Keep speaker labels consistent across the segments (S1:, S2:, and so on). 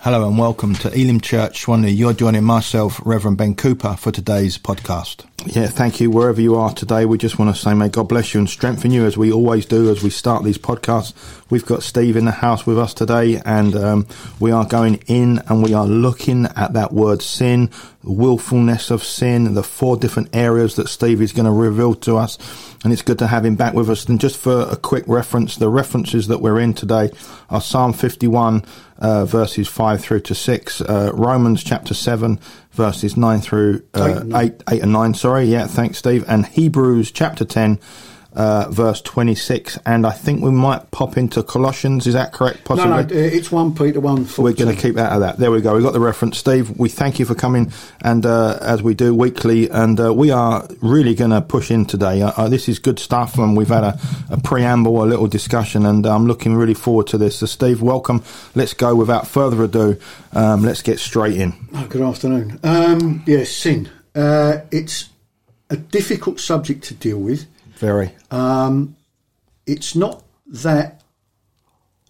S1: Hello and welcome to Elim Church Swanley. You're joining myself, Reverend Ben Cooper, for today's podcast.
S2: Yeah, thank you. Wherever you are today, we just want to say, may God bless you and strengthen you as we always do as we start these podcasts. We've got Steve in the house with us today, and um, we are going in and we are looking at that word sin, willfulness of sin, the four different areas that Steve is going to reveal to us. And it's good to have him back with us. And just for a quick reference, the references that we're in today are Psalm 51, uh, verses 5 through to 6, uh, Romans chapter 7, verses 9 through uh,
S3: Eight and
S2: 8, 8, and 9. Sorry, yeah, thanks, Steve. And Hebrews chapter 10. Uh, verse 26, and I think we might pop into Colossians. Is that correct? Possibly?
S3: No, no, it's one Peter one.
S2: We're going to keep that of that. There we go. We've got the reference. Steve, we thank you for coming, and uh, as we do weekly, and uh, we are really going to push in today. Uh, uh, this is good stuff, and we've had a, a preamble, a little discussion, and uh, I'm looking really forward to this. So, Steve, welcome. Let's go without further ado. Um, let's get straight in.
S3: Oh, good afternoon. Um, yes, sin. Uh, it's a difficult subject to deal with.
S2: Very.
S3: It's not that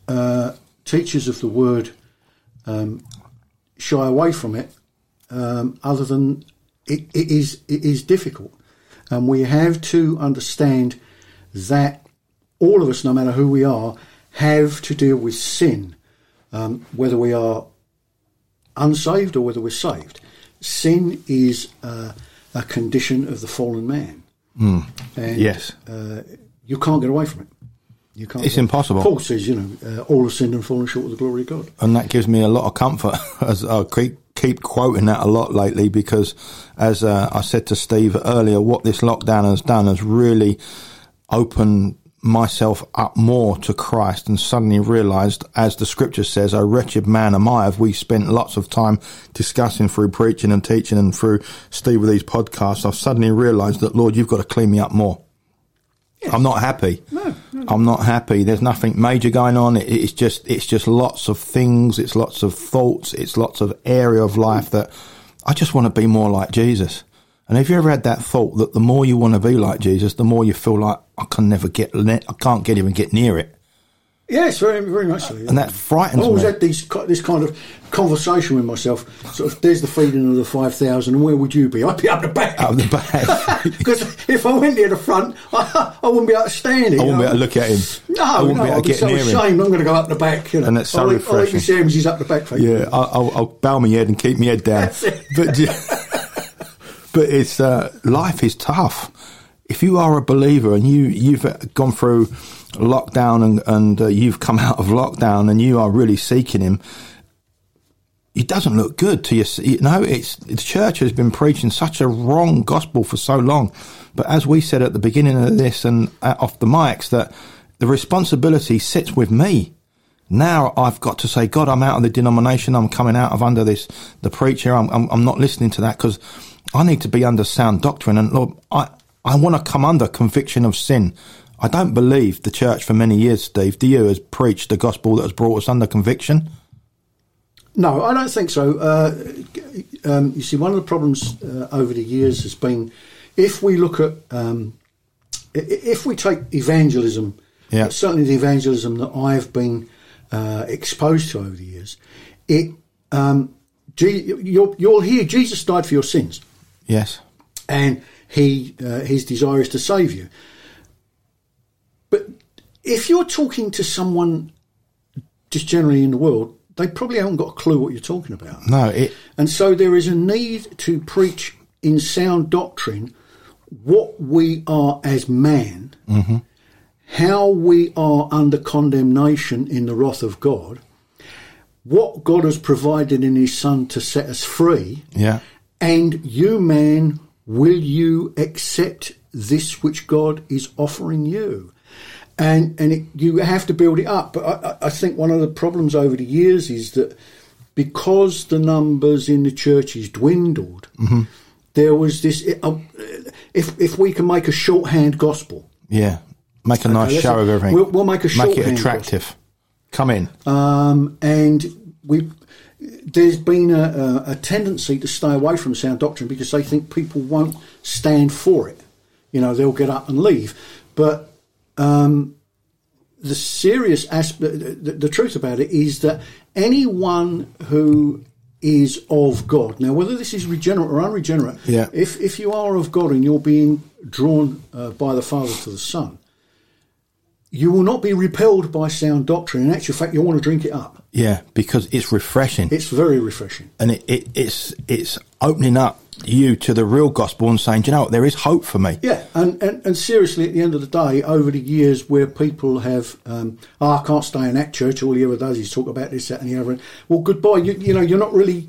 S3: uh, teachers of the word um, shy away from it, um, other than it, it is it is difficult, and we have to understand that all of us, no matter who we are, have to deal with sin, um, whether we are unsaved or whether we're saved. Sin is uh, a condition of the fallen man. And,
S2: Yes.
S3: uh, you can't get away from it. You can't.
S2: It's
S3: get-
S2: impossible.
S3: Paul says, you know, uh, all have sinned and fallen short of the glory of God.
S2: and that gives me a lot of comfort as I keep keep quoting that a lot lately because as uh, I said to Steve earlier what this lockdown has done has really opened myself up more to Christ and suddenly realized as the scripture says a wretched man am I have we spent lots of time discussing through preaching and teaching and through Steve with these podcasts I've suddenly realized that Lord you've got to clean me up more I'm not happy. No, I'm not happy. There's nothing major going on. It, it's just it's just lots of things. It's lots of thoughts. It's lots of area of life that I just want to be more like Jesus. And have you ever had that thought that the more you want to be like Jesus, the more you feel like I can never get ne- I can't get even get near it,
S3: Yes, very, very much so. yeah.
S2: and Oh, that frightens
S3: I always
S2: me.
S3: had these, ki- this kind of conversation with myself. Sort of, there's the feeding of the five thousand, and where would you be? I'd be up the back.
S2: Out of the bag.
S3: Because if I went near the front, I, I wouldn't be able to stand it.
S2: I wouldn't be
S3: you know.
S2: able to look at him.
S3: No,
S2: I wouldn't
S3: no,
S2: be able to
S3: I'd be
S2: get
S3: so
S2: near him.
S3: ashamed. I'm going to go up the back. You know.
S2: And that's so
S3: I'll leave- I'll leave
S2: refreshing.
S3: you, Sam's, he's up the back for you.
S2: Yeah, I'll, I'll, I'll bow my head and keep my head down. but yeah, but it's uh, life is tough. If you are a believer and you you've gone through lockdown and and uh, you've come out of lockdown and you are really seeking Him, it doesn't look good to you. You know, it's the church has been preaching such a wrong gospel for so long. But as we said at the beginning of this and uh, off the mics, that the responsibility sits with me. Now I've got to say, God, I'm out of the denomination. I'm coming out of under this the preacher. I'm I'm, I'm not listening to that because I need to be under sound doctrine. And Lord, I I want to come under conviction of sin. I don't believe the church for many years, Steve. Do you has preached the gospel that has brought us under conviction?
S3: No, I don't think so. Uh, um, you see, one of the problems uh, over the years has been if we look at um, i- i- if we take evangelism, uh,
S2: Yeah.
S3: certainly the evangelism that I've been uh, exposed to over the years, it um, Je- you'll, you'll hear Jesus died for your sins
S2: Yes.
S3: and he uh, his desire is to save you. But if you're talking to someone just generally in the world, they probably haven't got a clue what you're talking about.
S2: No. It.
S3: And so there is a need to preach in sound doctrine what we are as man, how we are under condemnation in the wrath of God, what God has provided in His Son to set us free,
S2: Yeah.
S3: and you, man, will you accept this which God is offering you? And and it, you have to build it up. But I, I- I think one of the problems over the years is that because the numbers in the churches dwindled, there was this. it- uh, If if we can make a shorthand gospel,
S2: Yeah. Make a nice
S3: let's-
S2: show of everything.
S3: we'll- we'll make
S2: make
S3: a
S2: it
S3: shorthand
S2: attractive. Come in.
S3: um, and we there's been a, a, a tendency to stay away from sound doctrine because they think people won't stand for it. You know, they'll get up and leave. But um, the serious aspect, the, the truth about it is that anyone who is of God. Now, whether this is regenerate or unregenerate,
S2: Yeah.
S3: if if you are of God and you're being drawn uh, by the Father to the Son, you will not be repelled by sound doctrine. In actual fact, you want to drink it up.
S2: Yeah, because it's refreshing
S3: It's very refreshing.
S2: and it, it, it's it's opening up you to the real gospel and saying, "Do you know what, there is hope for me.
S3: Yeah, and, and, and seriously, at the end of the day, over the years where people have, um, oh, I can't stay in that church, all he ever does is talk about this, that, and the other. Well, goodbye. You, you know, you're not really,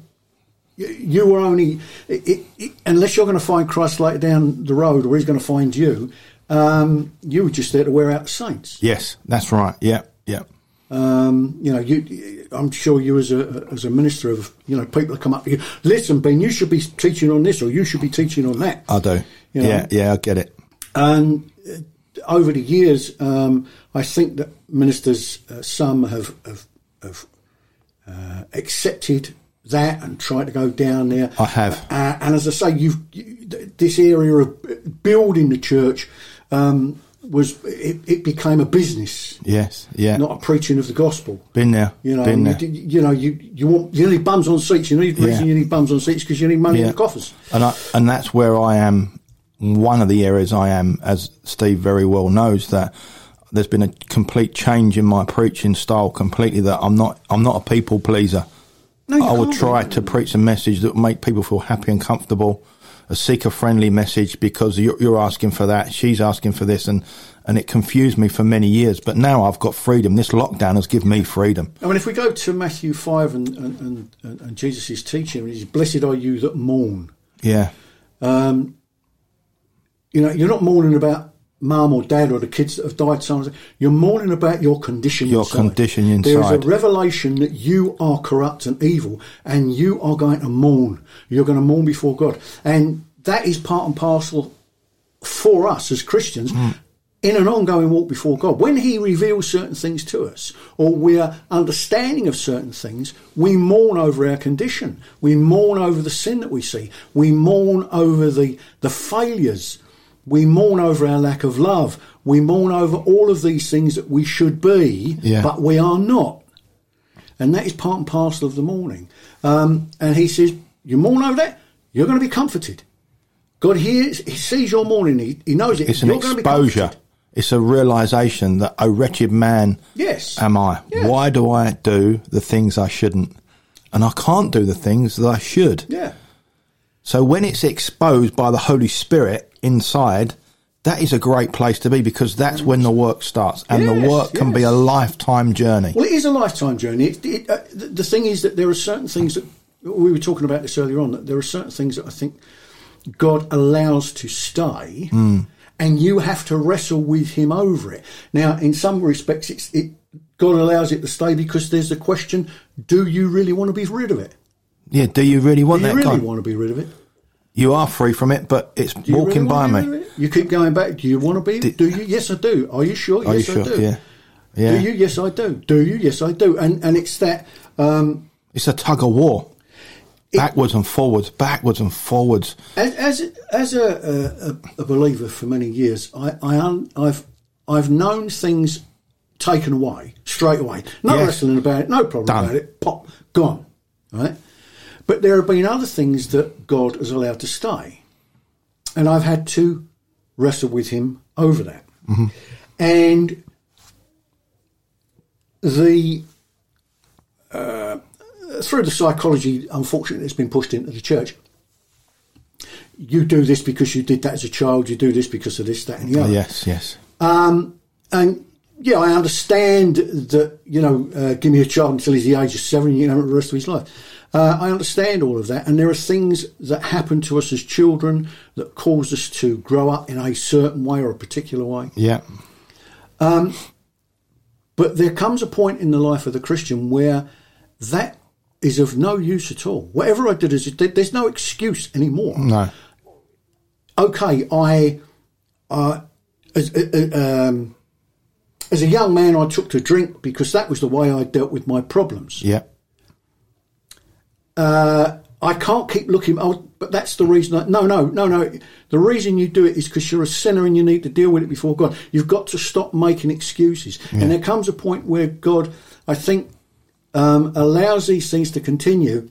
S3: you, you were only, it, it, it- unless you're going to find Christ later down the road or he's going to find you, um, you were just there to wear out the saints.
S2: Yes, that's right. Yeah, yeah.
S3: Um, you know, you, I'm sure you as a as a minister of, you know, people come up to you, listen, Ben, you should be teaching on this or you should be teaching on that.
S2: I do.
S3: You know.
S2: yeah, yeah, I get it.
S3: And uh, over the years, um, I think that ministers, uh, some have, have, have uh, accepted that and tried to go down there.
S2: I have.
S3: Uh, and as I say, you've, you, th- this area of building the church um, was it, it became a business,
S2: Yes, yeah.
S3: not a preaching of the gospel.
S2: been there.
S3: You know,
S2: been
S3: you,
S2: there.
S3: d- you know, you you want you need bums on seats. You need the
S2: Yeah.
S3: reason you need bums on seats because you need money in
S2: Yeah.
S3: the coffers.
S2: and I, and that's where I am. One of the areas I am, as Steve very well knows, that there's been a complete change in my preaching style. Completely, that I'm not I'm not a people pleaser.
S3: No, you
S2: I will
S3: can't.
S2: try to preach a message that will make people feel happy and comfortable, a seeker friendly message because you're, you're asking for that, she's asking for this, and and it confused me for many years. But now I've got freedom. This lockdown has given me freedom.
S3: I mean, if we go to Matthew 5 and, and, and, and- and Jesus' teaching, he's blessed are you that mourn.
S2: Yeah,
S3: You know, you're not mourning about mum or dad or the kids that have died. So on. You're mourning about your condition
S2: Your
S3: inside.
S2: condition
S3: There is a
S2: inside.
S3: revelation that you are corrupt and evil and you are going to mourn. You're going to mourn before God. And that is part and parcel for us as Christians in an ongoing walk before God. When He reveals certain things to us, or we are understanding of certain things, we mourn over our condition. We mourn over the sin that we see. We mourn over the, the failures. We mourn over our lack of love. We mourn over all of these things that we should be,
S2: Yeah.
S3: but we are not. And that is part and parcel of the mourning. Um, and he says, You mourn over that, you're going to be comforted. God hears, He sees your mourning, He, he knows it.
S2: it's an
S3: You're gonna be
S2: exposure.
S3: comforted.
S2: It's a realization that a wretched man.
S3: Yes.
S2: am I?
S3: Yeah.
S2: Why do I do the things I shouldn't? And I can't do the things that I should.
S3: Yeah.
S2: So when it's exposed by the Holy Spirit inside, that is a great place to be because that's when the work starts. And the
S3: Yes,
S2: work can be a
S3: yes.
S2: lifetime journey.
S3: Well, it is a lifetime journey. It, it, uh, the, the thing is that there are certain things that we were talking about this earlier on. That there are certain things that I think God allows to stay,
S2: Hmm.
S3: and you have to wrestle with Him over it. Now, in some respects, it's it. God allows it to stay because there's the question: Do you really want to be rid of it?
S2: Yeah, do you really want
S3: Do you
S2: that
S3: really
S2: guy?
S3: want to be rid of it?
S2: you are free from it, but it's
S3: Do you
S2: walking
S3: really want
S2: by
S3: to be
S2: me.
S3: rid of it? You keep going back. Do you want to be? do you? Yes, I do. Are you sure?
S2: Are
S3: yes,
S2: you
S3: I
S2: sure?
S3: do.
S2: Yeah. Yeah.
S3: Do you? Yes, I do. Do you? Yes, I do. And and it's that. Um,
S2: It's a tug of war. Backwards and forwards, backwards and forwards.
S3: As as, as a, a, a believer for many years, I, I un, I've I've known things taken away straight away. No
S2: Yes.
S3: wrestling about it. No problem
S2: Done.
S3: about it. Pop gone. Right. But there have been other things that God has allowed to stay, and I've had to wrestle with Him over that. And the uh, through the psychology, unfortunately, that's been pushed into the church. You do this because you did that as a child. You do this because of this, that, and the other.
S2: Yes, yes.
S3: And yeah, I understand that you know, uh, give me a child until he's the age of seven, you know, the rest of his life. Uh, I understand all of that, and there are things that happen to us as children that cause us to grow up in a certain way or a particular way.
S2: Yeah.
S3: But there comes a point in the life of the Christian where that is of no use at all. Whatever I did, is there- there's no excuse anymore.
S2: No.
S3: Okay, I, I as, uh, uh, um, as a young man, I took to drink because that was the way I dealt with my problems.
S2: Yeah.
S3: I can't keep looking. Oh, but that's the reason. I, no, no, no, no. The reason you do it is because you're a sinner and you need to deal with it before God. You've got to stop making excuses. And there comes a point where God, I think, um, allows these things to continue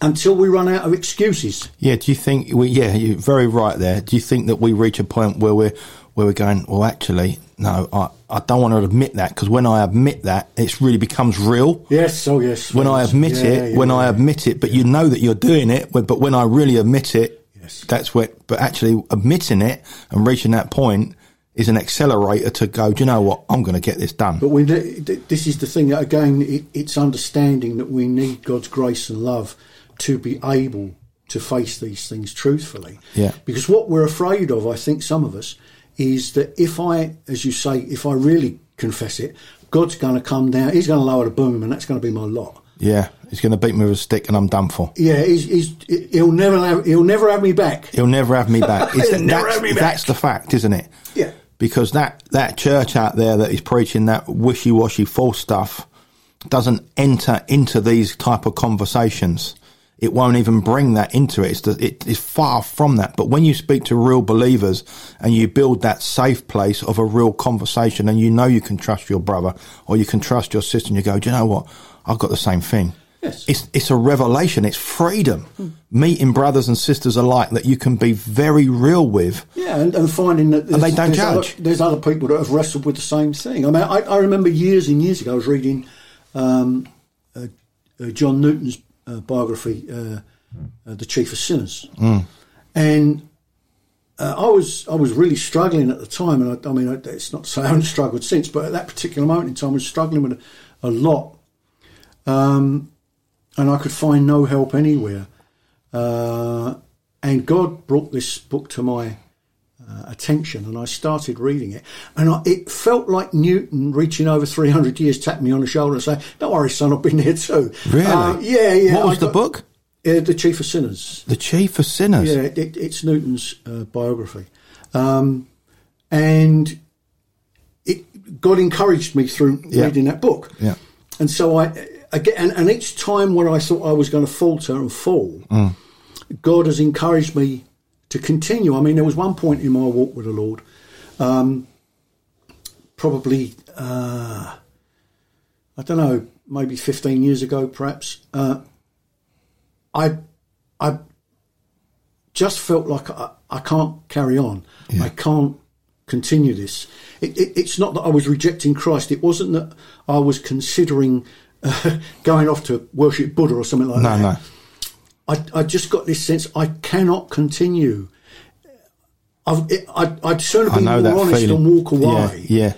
S3: until we run out of excuses.
S2: Yeah, do you think? We, yeah, you're very right there. Do you think that we reach a point where we're where we're going? Well, actually, no, I, I don't want to admit that because when I admit that, it really becomes real.
S3: Yes. Oh, yes.
S2: When I
S3: yes.
S2: admit
S3: Yeah,
S2: it,
S3: yeah,
S2: when I
S3: yeah.
S2: admit it, but you know that you're doing it. But but when I really admit it,
S3: Yes.
S2: that's where. But actually, admitting it and reaching that point is an accelerator to go. Do you know what? I'm going to get this done.
S3: But we, ne- th- this is the thing that again, it, it's understanding that we need God's grace and love to be able to face these things truthfully.
S2: Yeah.
S3: Because what we're afraid of, I think, some of us, is that if I, as you say, if I really confess it, God's going to come down. He's going to lower the boom, and that's going to be my lot.
S2: yeah, he's going to beat me with a stick, and I'm done for.
S3: Yeah, he's, he's, he'll never have, he'll never have me back.
S2: He'll never have me back. Is
S3: He'll
S2: that-
S3: never
S2: that's,
S3: have me back.
S2: that's the fact, isn't it?
S3: Yeah.
S2: Because that, that church out there that is preaching that wishy washy false stuff doesn't enter into these type of conversations. It won't even bring that into it. It's, the, it. it's far from that. But when you speak to real believers and you build that safe place of a real conversation and you know you can trust your brother or you can trust your sister and you go, do you know what? I've got the same thing.
S3: Yes. Hmm.
S2: It's, it's a revelation. It's freedom. Meeting brothers and sisters alike that you can be very real with.
S3: Yeah, and, and finding that there's,
S2: they don't
S3: there's
S2: judge.
S3: Other, there's other people that have wrestled with the same thing. I mean, I, I remember years and years ago, I was reading um, uh, uh, John Newton's uh, biography, uh, uh, "The Chief of Sinners,"
S2: Mm.
S3: and uh, I was I was really struggling at the time. And I, I mean, I, it's not to say I haven't struggled since, but at that particular moment in time, I was struggling with a, a lot, um, and I could find no help anywhere. Uh, and God brought this book to my uh, attention, and I started reading it. And I, it felt like Newton reaching over 300 years, tapped me on the shoulder and saying, Don't worry, son, I've been here too.
S2: Really?
S3: Uh, yeah, yeah.
S2: What was
S3: I
S2: the
S3: got-
S2: book?
S3: Yeah, the Chief of Sinners.
S2: The Chief of Sinners.
S3: Yeah, it, it's Newton's uh, biography. Um, and it, God encouraged me through
S2: Yeah.
S3: reading that book.
S2: Yeah.
S3: And so I, again, and, and each time when I thought I was going to falter and fall, God has encouraged me to continue. I mean, there was one point in my walk with the Lord, um, probably, uh, I don't know, maybe 15 years ago, perhaps. Uh, I, I just felt like I, I can't carry on. I can't continue this. It, it, it's not that I was rejecting Christ. It wasn't that I was considering uh, going off to worship Buddha or something like
S2: No,
S3: that.
S2: no.
S3: I, I just got this sense I cannot continue. I've, it, I, I'd sooner
S2: I
S3: be
S2: know
S3: more
S2: that
S3: honest
S2: feeling.
S3: and walk away.
S2: Yeah, yeah.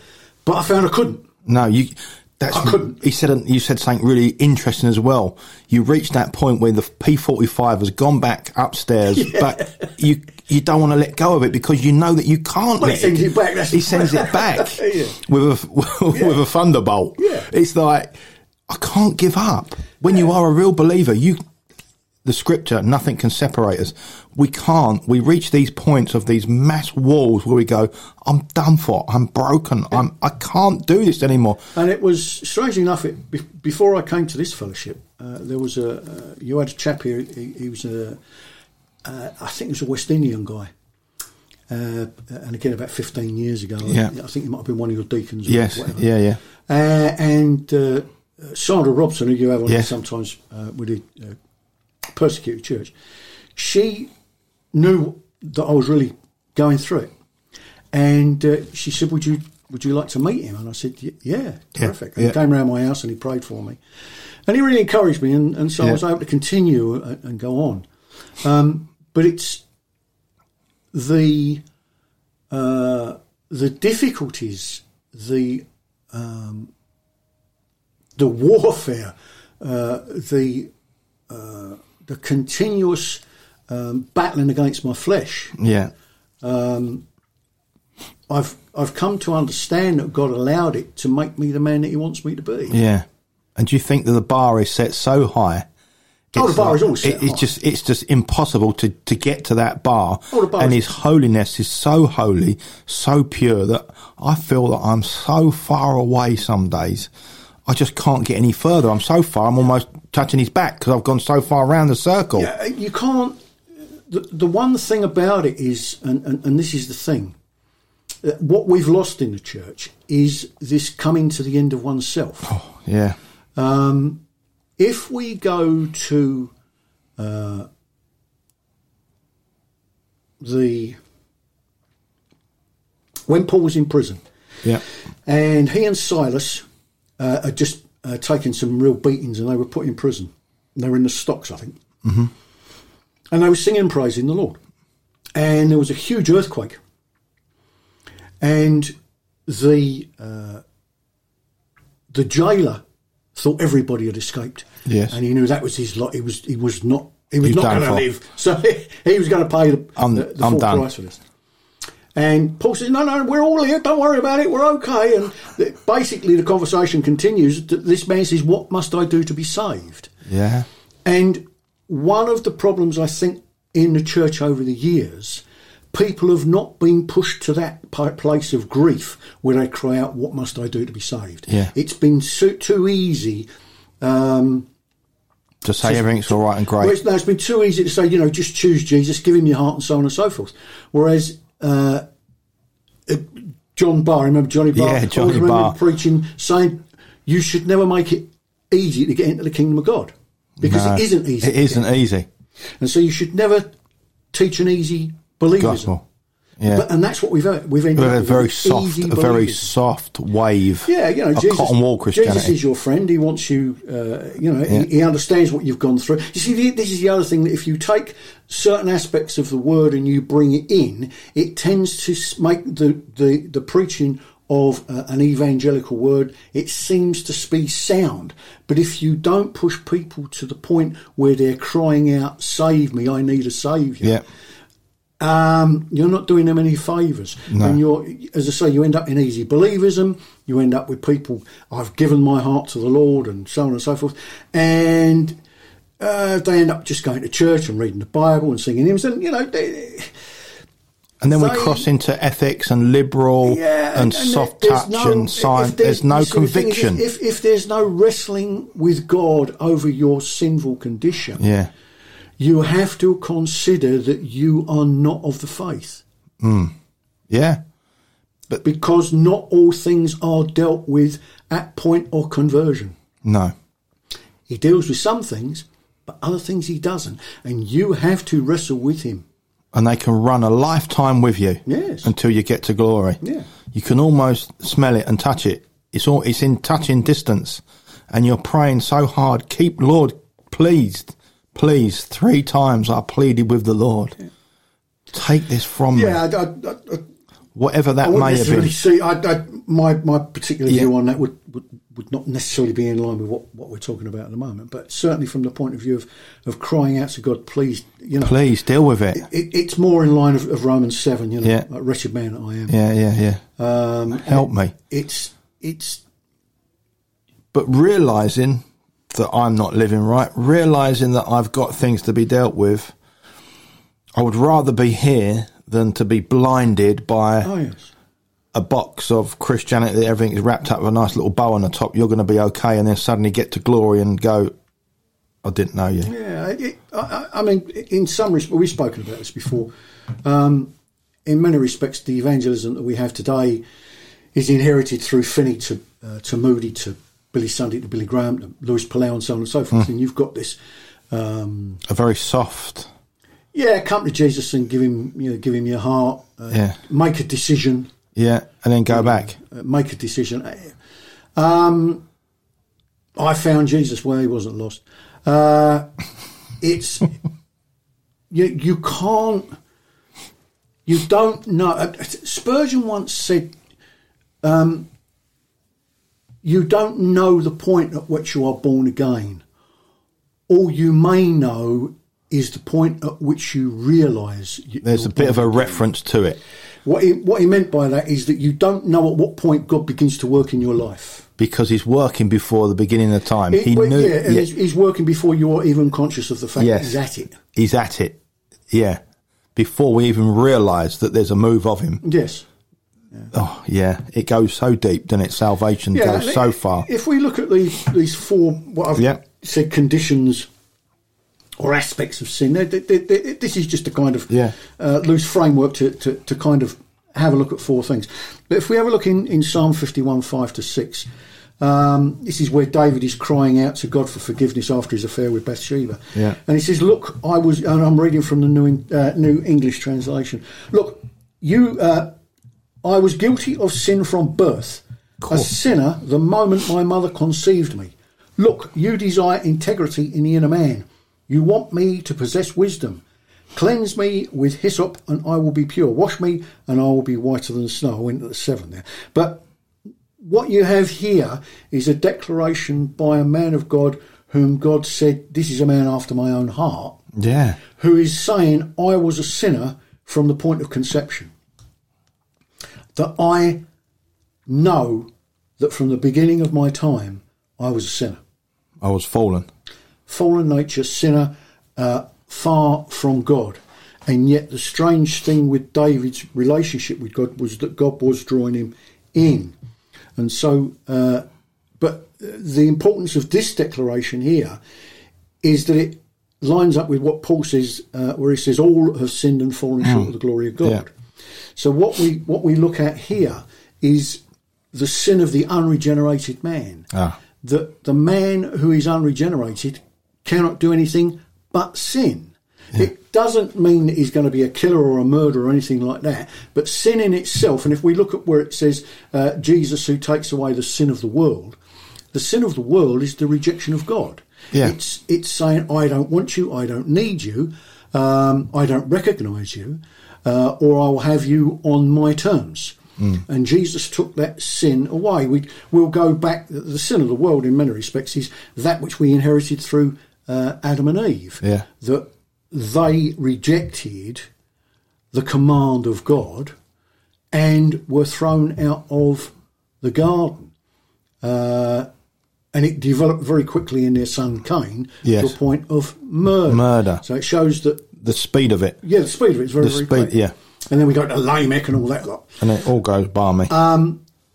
S3: But I found I couldn't.
S2: No, you. That's
S3: I couldn't.
S2: he said. You said something really interesting as well. You reached that point where the P forty five has gone back upstairs, but you you don't want to let go of it because you know that you can't.
S3: Well,
S2: let
S3: he sends it back, that's-
S2: He sends it back
S3: Yeah.
S2: with a with a thunderbolt.
S3: Yeah.
S2: it's like I can't give up. When you are a real believer, you the scripture, nothing can separate us. We can't. We reach these points of these mass walls where we go, I'm done for. I'm broken. I'm, I can't do this anymore.
S3: And it was strangely enough, it, be, before I came to this fellowship, uh, there was a uh, you had a chap here. He, he was a uh, I think he was a West Indian guy, uh, and again about fifteen years ago.
S2: Yeah.
S3: I think he might have been one of your deacons. Or
S2: Yes.
S3: whatever.
S2: Yeah. Yeah.
S3: Uh, and uh, Sandra Robson, who you have on here
S2: Yes.
S3: sometimes uh, with the uh, persecuted church, she knew that I was really going through it, and uh, she said, "Would you would you like to meet him?" And I said, "Y- "Yeah, terrific." And
S2: yeah.
S3: He came round my house and he prayed for me, and he really encouraged me, and, and so I
S2: Yeah.
S3: was able to continue and, and go on. Um, but it's the uh, the difficulties, the um, the warfare, uh, the uh, the continuous um, battling against my flesh.
S2: Yeah.
S3: I've I've come to understand that God allowed it to make me the man that He wants me to be.
S2: Yeah. And do you think that the bar is set so high?
S3: Oh, the
S2: it's
S3: bar is always set
S2: it- it's
S3: high.
S2: just it's just impossible to, to get to that bar.
S3: Oh, the bar
S2: and
S3: is-
S2: his holiness is so holy, so pure that I feel that I'm so far away some days. I just can't get any further. I'm so far. I'm almost touching his back because I've gone so far around the circle.
S3: Yeah, Uh, you can't. The, the one thing about it is, and, and, and this is the thing, uh, what we've lost in the church is this coming to the end of oneself.
S2: Oh, Yeah.
S3: If we go to uh, the. When Paul was in prison,
S2: Yeah.
S3: and he and Silas uh, had just uh, taken some real beatings, and they were put in prison. And they were in the stocks, I think, mm-hmm. and they were singing and praising the Lord. And there was a huge earthquake, and the uh, the jailer thought everybody had escaped.
S2: Yes.
S3: and he knew that was his lot. He was he was not he was
S2: He's
S3: not
S2: done
S3: going to
S2: for.
S3: live, so he, was going to pay the,
S2: I'm-
S3: the, the
S2: I'm
S3: full
S2: done.
S3: price for this. And Paul says, "No, no, we're all here. Don't worry about it. We're okay." And th- basically, the conversation continues. Th- This man says, "What must I do to be saved?"
S2: Yeah.
S3: And one of the problems I think in the church over the years, people have not been pushed to that p- place of grief where they cry out, "What must I do to be saved?"
S2: Yeah.
S3: It's been so, too easy.
S2: To say everything's all right and
S3: Well,
S2: great.
S3: it's, no, it's been too easy to say, you know, just choose Jesus, give him your heart, and so on and so forth. Whereas uh, uh, John Barr, remember Johnny Barr?
S2: Yeah,
S3: I
S2: Johnny
S3: remember
S2: Barr.
S3: him preaching, saying, you should never make it easy to get into the kingdom of God because
S2: No,
S3: it isn't easy.
S2: It isn't easy.
S3: And so you should never teach an easy believism.
S2: Gospel. Yeah.
S3: But, and that's what we've we've ended
S2: We
S3: up
S2: have a
S3: with,
S2: very
S3: easy
S2: soft, a very
S3: believism.
S2: soft wave.
S3: Yeah, you know,
S2: of
S3: Jesus,
S2: cotton wool Christianity.
S3: Jesus is your friend. He wants you, uh, you know, he, he understands what you've gone through. You see, the- this is the other thing that if you take certain aspects of the word and you bring it in, it tends to s- make the, the, the preaching of uh, an evangelical word, it seems to be sound. But if you don't push people to the point where they're crying out, save me, I need a saviour,
S2: yeah.
S3: Um, you're not doing them any favours. And you're, as I say, you end up in easy believism. You end up with people, I've given my heart to the Lord, and so on and so forth. And uh, they end up just going to church and reading the Bible and singing hymns. And, you know, they,
S2: And then we
S3: They-
S2: cross into ethics and liberal
S3: yeah.
S2: and, soft
S3: there's
S2: touch and science.
S3: if there-
S2: There's no
S3: you see, the thing is,
S2: conviction.
S3: If, if there's no wrestling with God over your sinful condition,
S2: yeah.
S3: you have to consider that you are not of the faith.
S2: Yeah.
S3: because not all things are dealt with at point or conversion.
S2: No.
S3: He deals with some things, but other things he doesn't, and you have to wrestle with him.
S2: And they can run a lifetime with you
S3: Yes.
S2: until you get to glory.
S3: Yeah.
S2: You can almost smell it and touch it. It's all it's in touching distance. And you're praying so hard, keep Lord pleased, please. Three times I pleaded with the Lord. Take this from me.
S3: Yeah, I, I, I,
S2: Whatever
S3: I
S2: that
S3: wouldn't
S2: may have
S3: necessarily
S2: been.
S3: see. I, I, my my particular
S2: Yeah.
S3: view on that would, would would not necessarily be in line with what, what we're talking about at the moment, but certainly from the point of view of, of crying out to God, please, you know,
S2: Please deal with it.
S3: It, it's more in line of, of Romans seven, you know,
S2: Yeah.
S3: like, wretched man that I am.
S2: Yeah, yeah, yeah. Um, Help me.
S3: It's it's
S2: but realizing that I'm not living right, realizing that I've got things to be dealt with, I would rather be here than to be blinded by
S3: oh yes,
S2: a box of Christianity that everything is wrapped up with a nice little bow on the top. You're going to be okay, and then suddenly get to glory and go, I didn't know you.
S3: Yeah, it, I, I- I mean, in some respects, we've spoken about this before. Um, in many respects, the evangelism that we have today is inherited through Finney to, uh, to Moody to Billy Sunday to Billy Graham to Lewis Palau and so on and so forth. And you've got this,
S2: A very soft,
S3: yeah, come to Jesus and give him, you know, give him your heart, uh,
S2: yeah,
S3: make a decision,
S2: yeah, and then go back.
S3: uh, make a decision. Uh, Um, I found Jesus where he wasn't lost. Uh, it's you, you can't, you don't know. uh, Spurgeon once said, um, "You don't know the point at which you are born again. All you may know." Is the point at which you realise you-
S2: There's a bit of a reference to it
S3: what he, what he meant by that is that you don't know at what point God begins to work in your life.
S2: because he's working before the beginning of time. He
S3: Well,
S2: knew
S3: yeah, and
S2: yeah.
S3: He's, he's working before you're even conscious of the fact
S2: Yes.
S3: that he's at it.
S2: he's at it. Yeah. Before we even realise that there's a move of him.
S3: Yes.
S2: Oh, yeah. It goes so deep, doesn't it? Salvation
S3: Yeah,
S2: goes so far.
S3: If we look at these, these four, what I've
S2: Yeah.
S3: say conditions or aspects of sin. They- they- they- they- this is just a kind of
S2: Yeah.
S3: uh, loose framework to, to, to kind of have a look at four things. But if we have a look in, in Psalm 51, 5 to 6, um, this is where David is crying out to God for forgiveness after his affair with Bathsheba.
S2: Yeah.
S3: And he says, Look, I was, and I'm reading from the New, in, uh, New English translation. Look, you, uh, I was guilty of sin from birth, a sinner the moment my mother conceived me. Look, you desire integrity in the inner man. You want me to possess wisdom. Cleanse me with hyssop, and I will be pure. Wash me, and I will be whiter than snow. I went to the seven there. But what you have here is a declaration by a man of God whom God said, This is a man after my own heart,
S2: Yeah.
S3: who is saying, I was a sinner from the point of conception. That I know that from the beginning of my time, I was a sinner.
S2: I was fallen.
S3: Fallen nature, sinner, uh, far from God. And yet, the strange thing with David's relationship with God was that God was drawing him in. And so, uh, but the importance of this declaration here is that it lines up with what Paul says, uh, where he says, "All have sinned and fallen short of the glory of God."
S2: Hmm. Yeah.
S3: So what we what we look at here is the sin of the unregenerated man.
S2: Ah.
S3: That the man who is unregenerated cannot do anything but sin. It doesn't mean that he's going to be a killer or a murderer or anything like that. But sin in itself, and if we look at where it says uh, Jesus who takes away the sin of the world, the sin of the world is the rejection of God.
S2: Yeah.
S3: It's it's saying I don't want you, I don't need you, um, I don't recognise you, uh, or I'll have you on my terms. And Jesus took that sin away. We will go back. The sin of the world, in many respects, is that which we inherited through uh, Adam and Eve.
S2: Yeah.
S3: That they rejected the command of God and were thrown out of the garden Uh, and it developed very quickly in their son Cain
S2: Yes.
S3: to a point of murder.
S2: Murder.
S3: So it shows that
S2: The speed of it.
S3: yeah, the speed of it is very
S2: The
S3: very
S2: speed,
S3: quick.
S2: yeah.
S3: And then we go to Lamech and all that lot.
S2: And it all goes by me.
S3: Uh,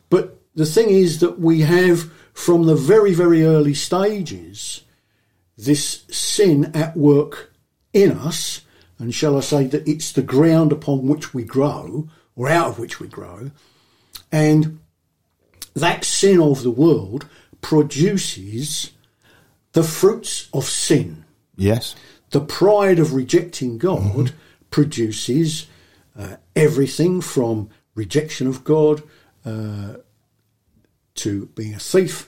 S3: But the thing is that we have from the very very early stages this sin at work in us, and shall I say that it's the ground upon which we grow or out of which we grow, and that sin of the world produces the fruits of sin.
S2: yes.
S3: the pride of rejecting God
S2: Mm-hmm.
S3: produces uh, everything from rejection of God uh, to being a thief,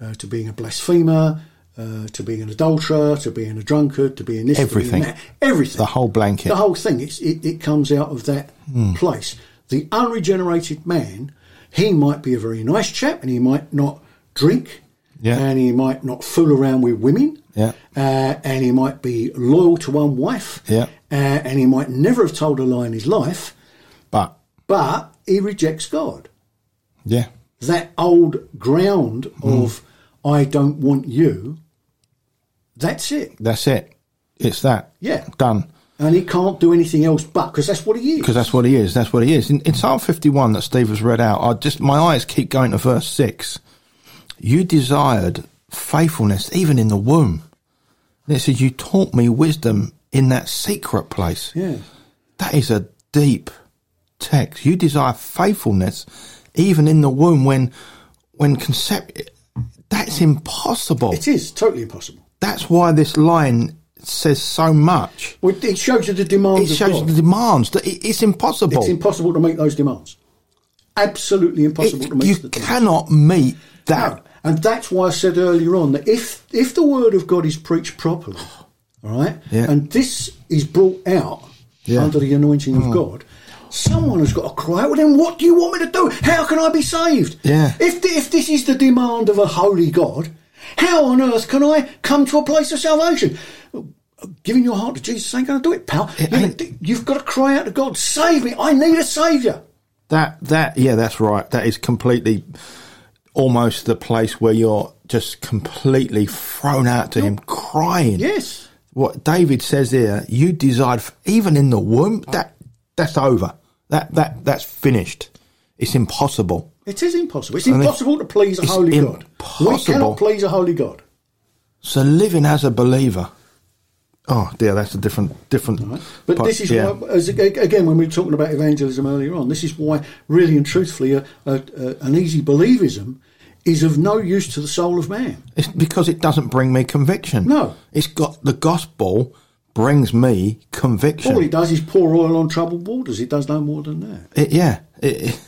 S3: uh, to being a blasphemer, uh, to being an adulterer, to being a drunkard, to being this,
S2: Everything.
S3: to being that, everything,
S2: The whole blanket.
S3: the whole thing. It's, it, it comes out of that
S2: Hmm.
S3: place. The unregenerated man, he might be a very nice chap, and he might not drink,
S2: Yeah.
S3: and he might not fool around with women,
S2: Yeah.
S3: uh, and he might be loyal to one wife,
S2: Yeah.
S3: uh, and he might never have told a lie in his life,
S2: but,
S3: but he rejects God.
S2: yeah.
S3: That old ground
S2: Hmm.
S3: of "I don't want you," that's it,
S2: That's it. It's that.
S3: Yeah.
S2: Done.
S3: and he can't do anything else but because that's what he is.
S2: Because that's what he is. That's what he is. In, in Psalm 51 that Steve has read out, I just my eyes keep going to verse 6. You desired faithfulness even in the womb. And it says, You taught me wisdom in that secret place.
S3: Yeah,
S2: That is a deep text. You desire faithfulness even in the womb when when concept that's impossible.
S3: it is totally impossible.
S2: That's why this line says so much.
S3: Well, it shows you the
S2: It
S3: demands of
S2: shows
S3: God.
S2: the demands that it- it's impossible.
S3: It's impossible to make those demands. Absolutely impossible
S2: It-
S3: to make
S2: you
S3: the demands.
S2: cannot meet that.
S3: No. And that's why I said earlier on that if if the word of God is preached properly, all right,
S2: Yeah.
S3: and this is brought out
S2: Yeah. Hmm.
S3: under the anointing of God, someone has got to cry out. Well, then what do you want me to do? How can I be saved?
S2: Yeah.
S3: If the, if this is the demand of a holy God, how on earth can I come to a place of salvation? Giving your heart to Jesus ain't going to do it, pal. You-
S2: ain't.
S3: You've got to cry out to God, save me. I need a saviour.
S2: That that yeah, that's right. That is completely almost the place where you're just completely thrown out to him, crying.
S3: Yes.
S2: What David says here, you desired f- even in the womb.
S3: Oh.
S2: That that's over. That that that's finished. It's impossible.
S3: It is impossible. It's
S2: mean,
S3: impossible to please a
S2: it's
S3: holy God. We
S2: impossible.
S3: cannot please a holy God.
S2: So living as a believer. Oh dear, that's a different different.
S3: Right? But
S2: part-
S3: this is
S2: yeah.
S3: why, as, again, when we were talking about evangelism earlier on, this is why, really and truthfully, a, a, a, an easy believism is of no use to the soul of man.
S2: It's because it doesn't bring me conviction.
S3: No.
S2: it's got the gospel brings me conviction.
S3: All it does is pour oil on troubled waters. It does no more than that.
S2: It- yeah, It- it-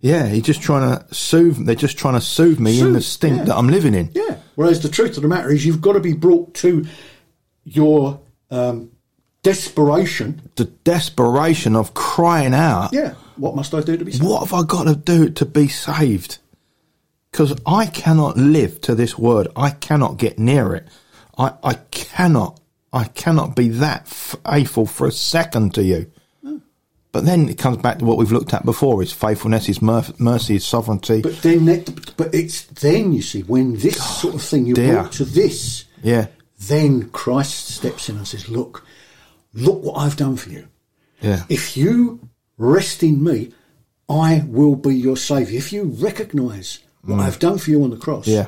S2: yeah. You're just trying to soothe. They're just trying to soothe me in the
S3: Soothe,
S2: stink
S3: yeah.
S2: that I'm living in.
S3: Yeah. Whereas the truth of the matter is, you've got to be brought to your um, desperation.
S2: The desperation of crying out.
S3: Yeah. What must I do to be saved?
S2: What have I got to do to be saved? Because I cannot live to this word. I cannot get near it. I, I cannot. I cannot be that faithful for a second to you. But then it comes back to what we've looked at before: is faithfulness, is mer- mercy, is sovereignty.
S3: But then, that, but it's then you see when this sort of thing you
S2: dear.
S3: brought to this,
S2: yeah,
S3: then Christ steps in and says, "Look, look what I've done for you.
S2: yeah,
S3: If you rest in me, I will be your savior. If you recognize what I've done for you on the cross,
S2: Mm. Yeah.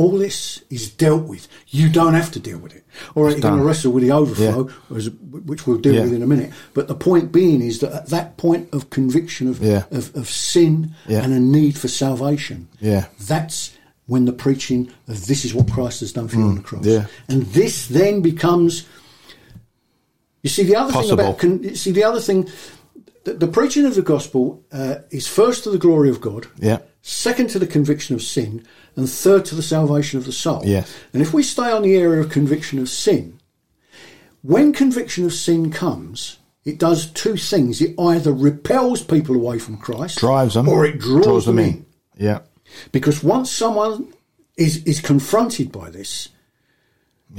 S3: all this is dealt with. You don't have to deal with it. All right, you're going to
S2: done.
S3: wrestle with the overflow, as- which we'll deal
S2: Yeah.
S3: with in a minute. But the point being is that at that point of conviction of
S2: Yeah.
S3: of, of sin
S2: Yeah.
S3: and a need for salvation,
S2: Yeah.
S3: that's when the preaching of this is what Christ has done for you on the cross,
S2: Mm. yeah.
S3: and this then becomes. You see, the other thing
S2: Possible.
S3: about con- you see the other thing, the, the preaching of the gospel uh, is first to the glory of God,
S2: yeah,
S3: second to the conviction of sin, and third to the salvation of the soul.
S2: Yes.
S3: And if we stay on the area of conviction of sin, when conviction of sin comes, it does two things. It either repels people away from Christ,
S2: drives them,
S3: or it draws, them in.
S2: Yeah,
S3: Because once someone is, is confronted by this,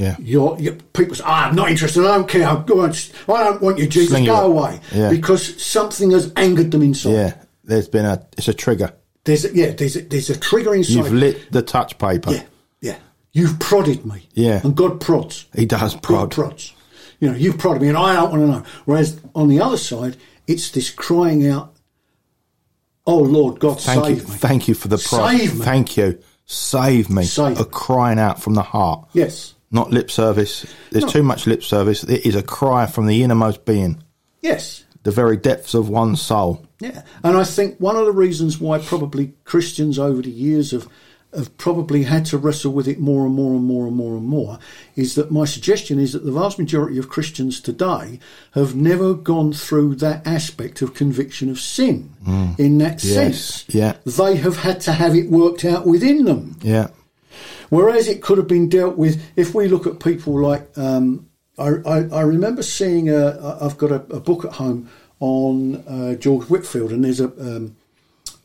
S2: yeah,
S3: your, your people say, "Ah, I'm not interested. I don't care. I'm going. I don't want you, Jesus.
S2: Sling it
S3: Go
S2: up."
S3: away.
S2: Yeah.
S3: Because something has angered them inside.
S2: yeah. There's been a. It's a trigger.
S3: There's a, yeah. There's a, there's a trigger inside.
S2: You've lit the touch paper.
S3: yeah. Yeah. You've prodded me.
S2: Yeah.
S3: And God prods.
S2: He does prod.
S3: God prods. You know, you've prodded me, and I don't want to know. Whereas on the other side, it's this crying out, "Oh Lord, God,
S2: Thank
S3: save
S2: you.
S3: me."
S2: Thank you for the pride.
S3: Save me.
S2: Thank you. Save me.
S3: Save
S2: a
S3: me.
S2: crying out from the heart.
S3: yes.
S2: Not lip service. There's too much lip service. It is a cry from the innermost being,
S3: Yes.
S2: the very depths of one's soul.
S3: Yeah, and I think one of the reasons why probably Christians over the years have have probably had to wrestle with it more and more and more and more and more is that my suggestion is that the vast majority of Christians today have never gone through that aspect of conviction of sin in that sense.
S2: yeah.
S3: They have had to have it worked out within them.
S2: Yeah.
S3: Whereas it could have been dealt with if we look at people like um, I, I, I remember seeing a, I- I've got a, a book at home on uh, George Whitfield and there's a um,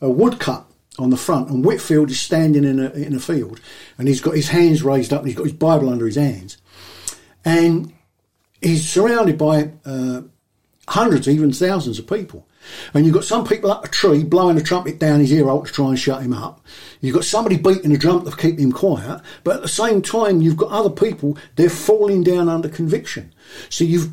S3: a woodcut on the front and Whitfield is standing in a in a field and he's got his hands raised up and he's got his Bible under his hands and he's surrounded by uh, hundreds, even thousands of people. And you've got some people up a tree blowing a trumpet down his ear hole to try and shut him up. You've got somebody beating a drum to keep him quiet. But at the same time, you've got other people, they're falling down under conviction. So you've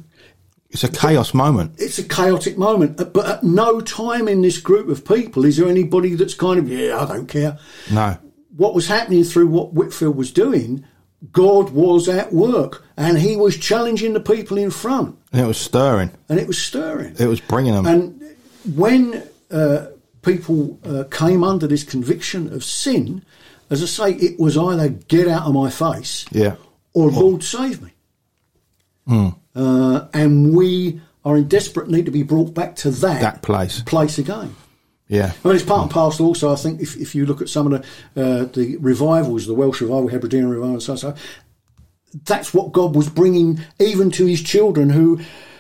S2: It's a chaos moment.
S3: it's a chaotic moment. Uh, But at no time in this group of people is there anybody that's kind of, yeah, I don't care.
S2: No.
S3: What was happening through what Whitfield was doing, God was at work and he was challenging the people in front
S2: And it was stirring.
S3: and it was stirring.
S2: It was bringing them.
S3: And when uh, people uh, came under this conviction of sin, as I say, it was either get out of my face
S2: yeah.
S3: or Lord save me. Uh, and we are in desperate need to be brought back to that,
S2: That place.
S3: place again.
S2: Yeah.
S3: I mean, it's part and parcel. Also, I think if, if you look at some of the uh, the revivals, the Welsh revival, Hebridean revival, and so on, so on, that's what God was bringing even to His children who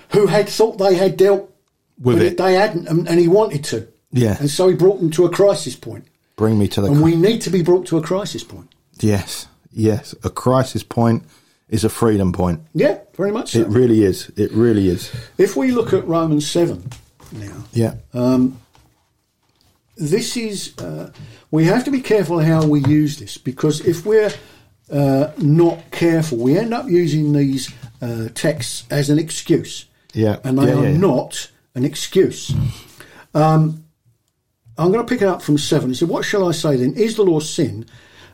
S3: who had thought they had dealt
S2: With
S3: but
S2: it.
S3: They hadn't, and, and He wanted to.
S2: Yeah.
S3: and so He brought them to a crisis point,
S2: Bring me to the.
S3: and we need to be brought to a crisis point.
S2: yes. Yes. A crisis point is a freedom point.
S3: Yeah, very much.
S2: It
S3: So.
S2: really is. It really is.
S3: If we look at Romans seven now,
S2: Yeah.
S3: Uh, this is uh, we have to be careful how we use this because if we're uh, not careful, we end up using these uh, texts as an excuse.
S2: Yeah,
S3: and they
S2: yeah,
S3: are
S2: yeah, yeah.
S3: not an excuse. Um, I'm going to pick it up from seven. It said, "What shall I say then? Is the law sin?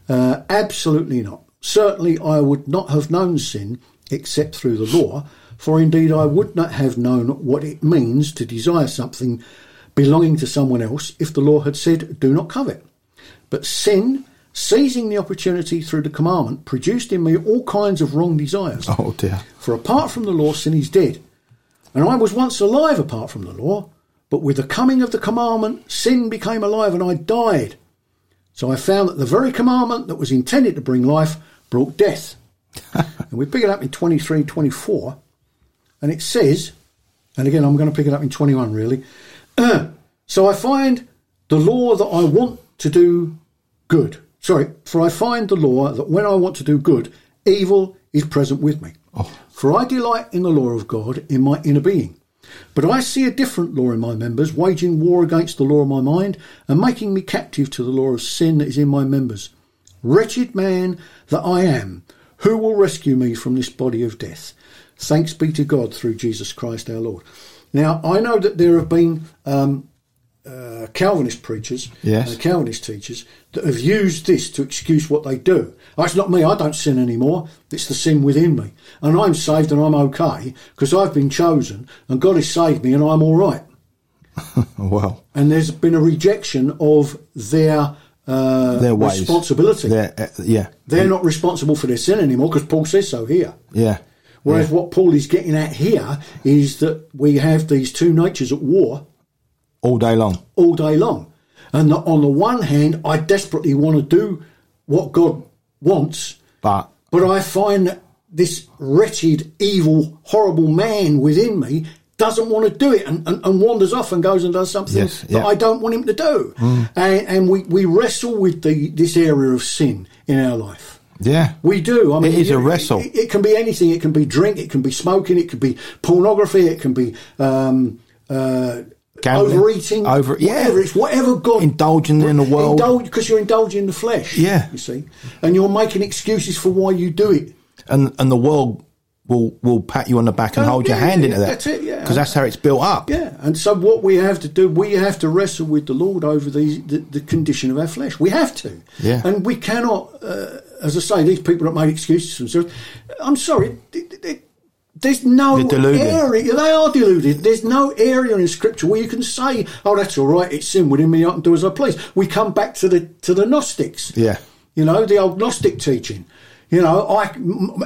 S3: Uh, absolutely not. Certainly, I would not have known sin except through the law, for indeed I would not have known what it means to desire something belonging to someone else if the law had said, Do not covet. But sin, seizing the opportunity through the commandment, produced in me all kinds of wrong desires.
S2: Oh dear.
S3: For apart from the law, sin is dead. And I was once alive apart from the law, but with the coming of the commandment, sin became alive and I died. So I found that the very commandment that was intended to bring life brought death. and we pick it up in 23, 24, and it says, and again, I'm going to pick it up in 21 really. so I find the law that I want to do good. Sorry, for I find the law that when I want to do good, evil is present with me. For I delight in the law of God in my inner being. But I see a different law in my members, waging war against the law of my mind and making me captive to the law of sin that is in my members. Wretched man that I am, who will rescue me from this body of death? Thanks be to God through Jesus Christ our Lord. Now, I know that there have been um, uh, Calvinist preachers
S2: Yes.
S3: and Calvinist teachers that have used this to excuse what they do. That's not me. I don't sin anymore. It's the sin within me. And I'm saved and I'm okay because I've been chosen and God has saved me and I'm all right.
S2: Oh, well,
S3: And there's been a rejection of their, uh,
S2: their ways.
S3: responsibility. They're,
S2: Their, uh, yeah.
S3: not responsible for their sin anymore because Paul says so here.
S2: Yeah.
S3: Whereas what Paul is getting at here is that we have these two natures at war
S2: All day long.
S3: all day long. And that on the one hand, I desperately want to do what God wants,
S2: But
S3: but I find that this wretched, evil, horrible man within me doesn't want to do it and, and, and wanders off and goes and does something
S2: Yes, yeah. Mm.
S3: that I don't want him to do. And, and we, we wrestle with the, this area of sin in our life.
S2: yeah.
S3: We do. I mean,
S2: is a
S3: you-
S2: wrestle.
S3: It, it can be anything. It can be drink. It can be smoking. It can be pornography. It can be um, uh,
S2: Gambling.
S3: overeating.
S2: Over- yeah.
S3: whatever. It's whatever God
S2: Indulging in the world.
S3: because you're indulging in the flesh.
S2: Yeah.
S3: you see, and you're making excuses for why you do it.
S2: and and the world will will pat you on the back and
S3: Oh,
S2: hold your
S3: yeah,
S2: hand
S3: yeah,
S2: into that.
S3: that's it, yeah.
S2: Because that's how it's built up.
S3: Yeah, and so what we have to do, we have to wrestle with the Lord over the the, the condition of our flesh. We have to.
S2: Yeah.
S3: And we cannot, uh, as I say, these people that make excuses for themselves. I'm sorry. th- th- th- There's no
S2: They're deluded.
S3: area. They are deluded. There's no area in Scripture where you can say, "Oh, that's all right. It's sin within me. I can do as I please." We come back to the to the Gnostics.
S2: Yeah.
S3: You know, the old Gnostic teaching. You know, I,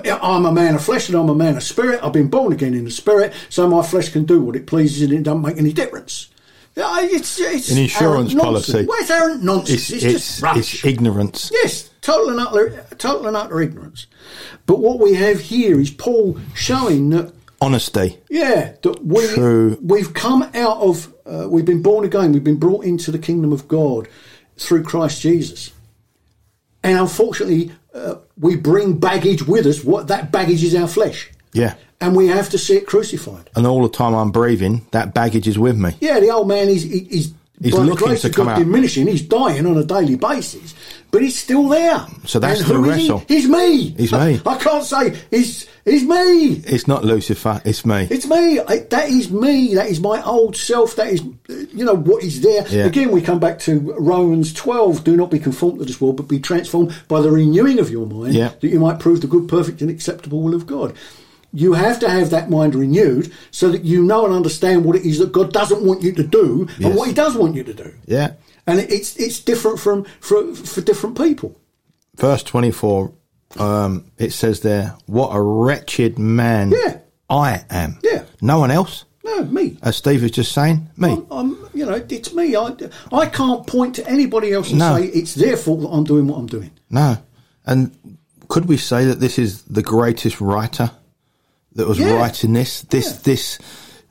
S3: am a man of flesh and I'm a man of spirit. I've been born again in the spirit, so my flesh can do what it pleases and it doesn't make any difference. Yeah, It's, it's
S2: An insurance
S3: arrant nonsense.
S2: policy.
S3: Well, it's arrant
S2: It's
S3: nonsense. It's,
S2: it's
S3: just
S2: it's,
S3: rubbish.
S2: ignorance.
S3: Yes, total and utter, total and utter ignorance. But what we have here is Paul showing that
S2: Honesty.
S3: yeah, that we
S2: True.
S3: we've come out of uh, we've been born again, we've been brought into the kingdom of God through Christ Jesus. And unfortunately, uh, we bring baggage with us. What that baggage is our flesh,
S2: Yeah.
S3: and we have to see it crucified.
S2: And all the time I'm breathing, that baggage is with me.
S3: Yeah, the old man is he, he's
S2: He's
S3: by the
S2: looking
S3: grace
S2: to
S3: of
S2: come
S3: God
S2: out.
S3: diminishing. He's dying on a daily basis, but he's still there.
S2: So that's
S3: and
S2: the
S3: who is
S2: wrestle.
S3: He? He's me.
S2: He's me.
S3: I can't say he's he's me.
S2: It's not Lucifer. It's me.
S3: It's me. I, that is me. That is my old self. That is, uh, you know, what is there.
S2: Yeah.
S3: Again, we come back to Romans 12. Do not be conformed to this world, but be transformed by the renewing of your mind,
S2: Yeah.
S3: that you might prove the good, perfect, and acceptable will of God. You have to have that mind renewed so that you know and understand what it is that God doesn't want you to do
S2: Yes.
S3: and what He does want you to do.
S2: yeah.
S3: And it- it's it's different from for, for different people.
S2: Verse 24 um it says there, what a wretched man
S3: Yeah.
S2: I am.
S3: Yeah.
S2: No one else.
S3: No, me.
S2: As Steve was just saying, me.
S3: I'm, you know, it's me. I, I can't point to anybody else and
S2: No.
S3: say it's their fault that I'm doing what I'm doing.
S2: No. And could we say that this is the greatest writer that was
S3: Yeah.
S2: writing this? This
S3: Yeah.
S2: this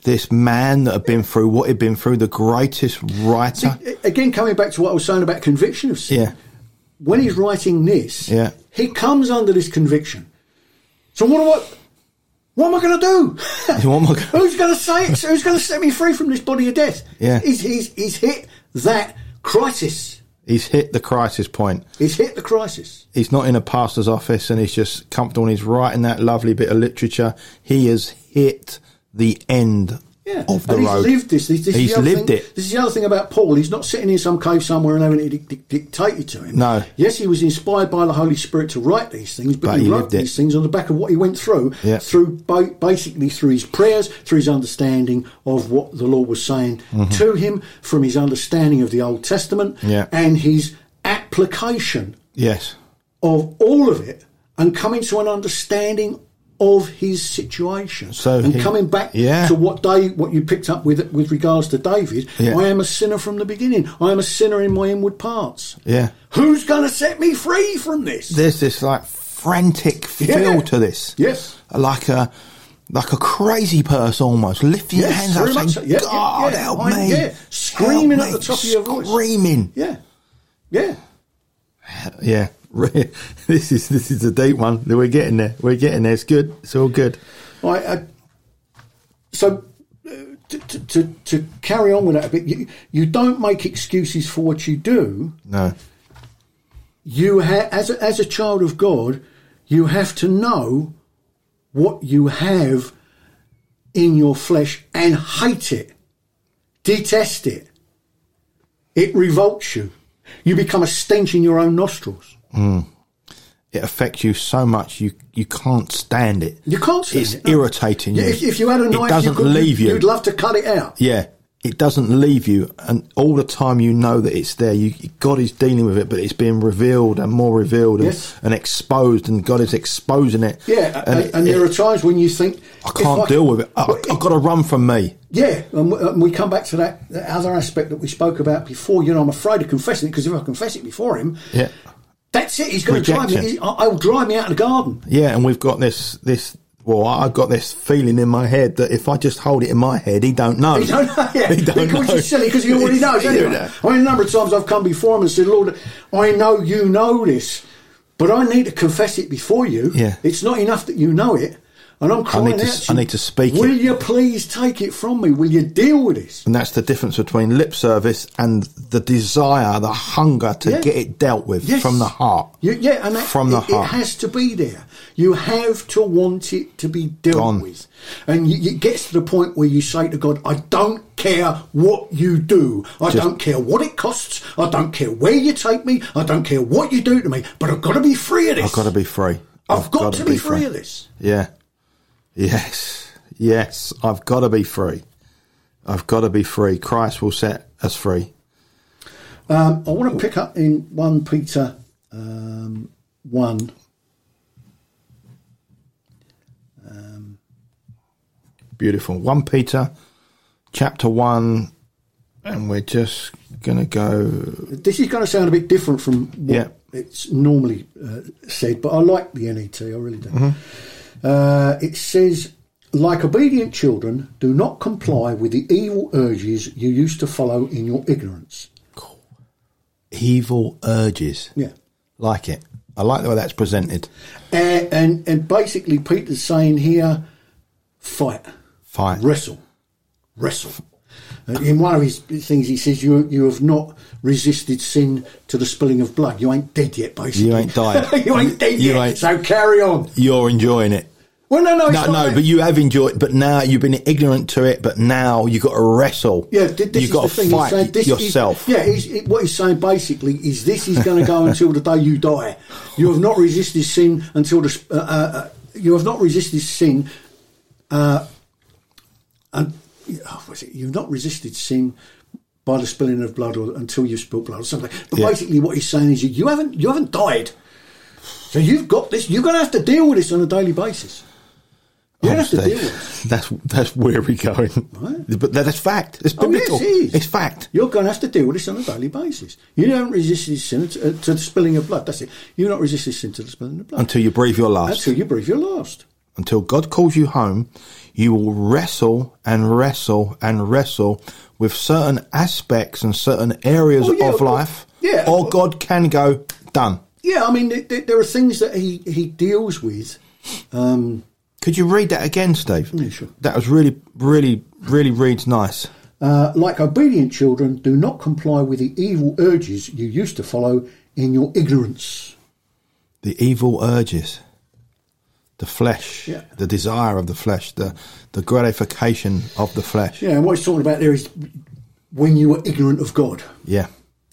S2: this man that had been through what he'd been through, the greatest writer.
S3: A- Again, coming back to what I was saying about conviction of sin,
S2: yeah.
S3: when he's writing this,
S2: Yeah.
S3: he comes under this conviction. So what do I? What am I going to do?
S2: What am I gonna-
S3: Who's going to say it? Who's going to set me free from this body of death?
S2: Yeah.
S3: he's, he's, he's hit that crisis.
S2: He's hit the crisis point.
S3: He's hit the crisis.
S2: He's not in a pastor's office and he's just comfortable and he's writing that lovely bit of literature. He has hit the end
S3: Yeah.
S2: of the
S3: and he's
S2: road.
S3: lived this. this, this is
S2: He's
S3: the other
S2: lived
S3: thing,
S2: it.
S3: This is the other thing about Paul. He's not sitting in some cave somewhere and having it dic- dic- dictated to him.
S2: No.
S3: Yes, he was inspired by the Holy Spirit to write these things, but,
S2: But
S3: he,
S2: he
S3: wrote
S2: lived it.
S3: these things on the back of what he went through,
S2: Yeah.
S3: through ba- basically through his prayers, through his understanding of what the Lord was saying to him, from his understanding of the Old Testament,
S2: Mm-hmm. Yeah.
S3: and his application
S2: Yes.
S3: of all of it and coming to an understanding of his situation
S2: So
S3: and
S2: he-
S3: coming back
S2: yeah.
S3: to what day what you picked up with with regards to David
S2: Yeah.
S3: I am a sinner from the beginning I am a sinner in my inward parts
S2: Yeah.
S3: who's going to set me free from this
S2: There's this like frantic feel
S3: Yeah.
S2: to this.
S3: yes
S2: Like a like a crazy person almost lifting your
S3: Yes,
S2: hands
S3: very
S2: up, saying,
S3: much so. Yeah, yeah,
S2: "God
S3: yeah.
S2: help
S3: I-
S2: me!"
S3: yeah.
S2: Help
S3: Screaming at
S2: me."
S3: the top of your voice.
S2: Screaming.
S3: yeah yeah
S2: Yeah, this is this is a deep one. We're getting there. We're getting there. It's good. It's all good.
S3: I, I so uh, to, to- to to carry on with that a bit you, you don't make excuses for what you do
S2: No.
S3: you ha- as a, as a child of God, you have to know what you have in your flesh and hate it, detest it. It revolts you. You become a stench in your own nostrils.
S2: it affects you so much you you can't stand it.
S3: You can't stand
S2: It's
S3: it, no.
S2: irritating you.
S3: If, if you had a knife,
S2: it doesn't
S3: you could,
S2: leave you.
S3: You'd love to cut it out.
S2: yeah, it doesn't leave you, and all the time you know that it's there. You God is dealing with it, but it's being revealed and more revealed and,
S3: Yes.
S2: and exposed, and God is exposing it.
S3: Yeah, and,
S2: it-
S3: and there
S2: it-
S3: are times when you think,
S2: I
S3: if
S2: can't deal with it. I,
S3: Well,
S2: I've got to run from me.
S3: Yeah, and we, and we come back to that, that other aspect that we spoke about before. You know, I'm afraid of confessing it because if I confess it before him,
S2: Yeah.
S3: That's it. He's going to drive me.
S2: Rejection.
S3: He, I- I'll drive me out of the garden.
S2: Yeah, and we've got this this. Well, I- I've got this feeling in my head that if I just hold it in my head, he don't know.
S3: You don't know. Yeah.
S2: He don't
S3: Which
S2: know.
S3: is silly because he already knows.
S2: He
S3: Anyway.
S2: don't know.
S3: I mean, a number of times I've come before him and said, Lord, I know you know this, but I need to confess it before you.
S2: Yeah.
S3: It's not enough that you know it. And I'm crying
S2: to
S3: out
S2: s-
S3: to
S2: I
S3: you,
S2: need to speak
S3: Will
S2: it."
S3: you please take it from me? Will you deal with this?
S2: And that's the difference between lip service and the desire, the hunger to
S3: Yeah.
S2: get it dealt with
S3: Yes.
S2: from the heart.
S3: You, yeah, and that,
S2: From the
S3: it,
S2: heart.
S3: it has to be there. You have to want it to be dealt
S2: Gone.
S3: with, and you, it gets to the point where you say to God, "I don't care what you do. I don't care what it costs. I don't care where you take me. I don't care what you do to me. But I've got to be free of this.
S2: I've got to be free.
S3: I've, got, to, be, free,
S2: free.
S3: of this.
S2: Yeah. Yes. Yes. I've got to be free. I've got to be free. Christ will set us free.
S3: Um, I want to pick up in one Peter um, one.
S2: Beautiful. 1 Peter chapter 1. And we're just going to go.
S3: This is going to sound a bit different from what
S2: Yeah.
S3: it's normally uh, said, but I like the NET, I really do.
S2: Mm-hmm.
S3: Uh, it says, like obedient children, do not comply with the evil urges you used to follow in your ignorance.
S2: Evil urges.
S3: Yeah.
S2: Like it. I like the way that's presented.
S3: And, and, and basically, Peter's saying here, fight,
S2: Fine.
S3: wrestle, wrestle. Uh, In one of his things, he says, you, you have not resisted sin to the spilling of blood. You ain't dead yet, basically.
S2: You ain't died.
S3: you ain't dead
S2: You
S3: yet.
S2: ain't-
S3: So carry on.
S2: You're enjoying it.
S3: Well, no, no, it's
S2: No,
S3: not
S2: no,
S3: that.
S2: but you have enjoyed. But now you've been ignorant to it. But now you've got to wrestle.
S3: Yeah, th- this
S2: you've
S3: is
S2: got
S3: the
S2: to
S3: thing. he's
S2: fight
S3: saying, this
S2: yourself.
S3: Is, yeah, he's, it, what he's saying basically is this is going to go until the day you die. You have not resisted sin until the. sp- Uh, uh, uh, you have not resisted sin. Uh, and oh, was it? You've not resisted sin by the spilling of blood, or until you spilt blood, or something. But
S2: Yeah.
S3: basically, what he's saying is you, you haven't you haven't died. So you've got this. You're going to have to deal with this on a daily basis. You're going to have to
S2: Honestly,
S3: deal with it.
S2: that's that's where we're going. But that- that's fact. It's
S3: Oh, yes,
S2: biblical.
S3: it is.
S2: It's fact.
S3: You're going to have to deal with this on a daily basis. You haven't resisted sin to, uh, to the spilling of blood. That's it. You're not resisting sin to the spilling of blood
S2: Until you breathe your last.
S3: until you breathe your last.
S2: Until God calls you home, you will wrestle and wrestle and wrestle with certain aspects and certain areas
S3: Oh, yeah,
S2: of
S3: or-
S2: life.
S3: yeah,
S2: Or
S3: or-
S2: God can go done.
S3: Yeah, I mean, th- th- there are things that he, he deals with.
S2: Could you read that again, Steve?
S3: Yeah, sure.
S2: That was really, really, really reads nice.
S3: Uh, like obedient children, do not comply with the evil urges you used to follow in your ignorance.
S2: The evil urges. the flesh,
S3: Yeah.
S2: the desire of the flesh, the the gratification of the flesh.
S3: Yeah, and what he's talking about there is when you were ignorant of God.
S2: Yeah.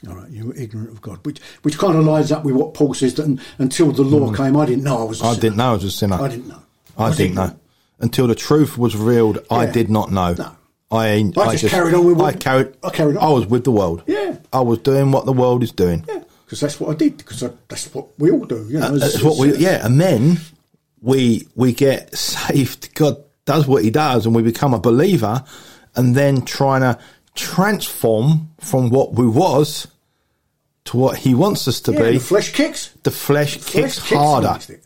S3: All right, you were ignorant of God, which which kind of lines up with what Paul says that un, until the law came, I didn't know Hmm. I was. a
S2: I
S3: sinner.
S2: didn't know I was a sinner.
S3: I didn't know.
S2: I
S3: was
S2: didn't know.
S3: ignorant.
S2: Until the truth was revealed, I
S3: Yeah.
S2: did not know.
S3: No.
S2: I,
S3: I just carried on with
S2: I
S3: what-
S2: carried,
S3: I carried on.
S2: I was with the world.
S3: Yeah.
S2: I was doing what the world is doing.
S3: Yeah, because that's what I did. Because I, that's what we all do. You know, as-
S2: That's what
S3: as-
S2: we, yeah. And then we, we get saved. God does what he does and we become a believer and then trying to transform from what we was to what he wants us to
S3: yeah,
S2: be.
S3: the flesh kicks.
S2: the flesh
S3: Flesh
S2: kicks harder.
S3: against it.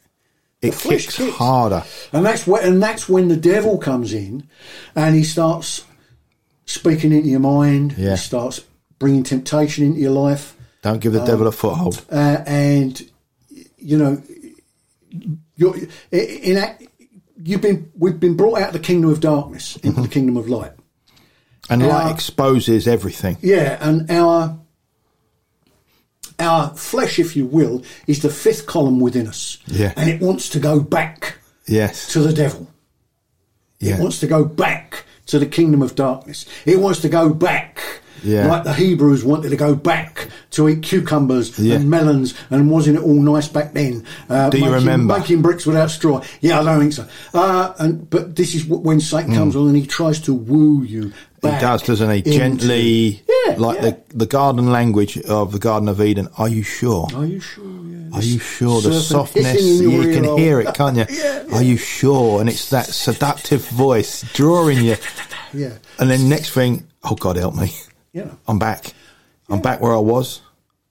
S2: It
S3: flesh
S2: kicks
S3: kicks.
S2: harder.
S3: And that's when, and that's when the devil comes in, and he starts speaking into your mind.
S2: Yeah.
S3: He starts bringing temptation into your life,
S2: Don't give the devil a foothold.
S3: uh, and you know, you're in act, you've been we've been brought out of the kingdom of darkness into the
S2: Mm-hmm.
S3: kingdom of light.
S2: And light
S3: our-
S2: exposes everything.
S3: Yeah, and our our flesh, if you will, is the fifth column within us.
S2: Yeah.
S3: and it wants to go back
S2: Yes.
S3: to the devil. It
S2: Yeah.
S3: wants to go back to the kingdom of darkness. It wants to go back.
S2: Yeah.
S3: Like the Hebrews wanted to go back to eat cucumbers
S2: Yeah.
S3: and melons, and wasn't it all nice back then? Uh,
S2: Do you
S3: making,
S2: remember?
S3: making bricks without straw? Yeah, I don't think so. Uh, and but this is wh- when Satan comes on and he tries to woo you.
S2: Hmm. He
S3: Back
S2: does, doesn't he?
S3: into-
S2: Gently,
S3: Yeah,
S2: like
S3: yeah.
S2: the the garden language of the Garden of Eden. Are you sure?
S3: Are you sure? Yeah.
S2: Are you sure? The
S3: Serpent
S2: softness,
S3: hissing
S2: yeah,
S3: in your
S2: you
S3: ear
S2: can
S3: hole.
S2: hear it, can't you?
S3: Yeah,
S2: Are you sure? And it's that seductive voice drawing you.
S3: Yeah.
S2: And then next thing, oh God, help me!
S3: Yeah.
S2: I'm back. I'm back where I was.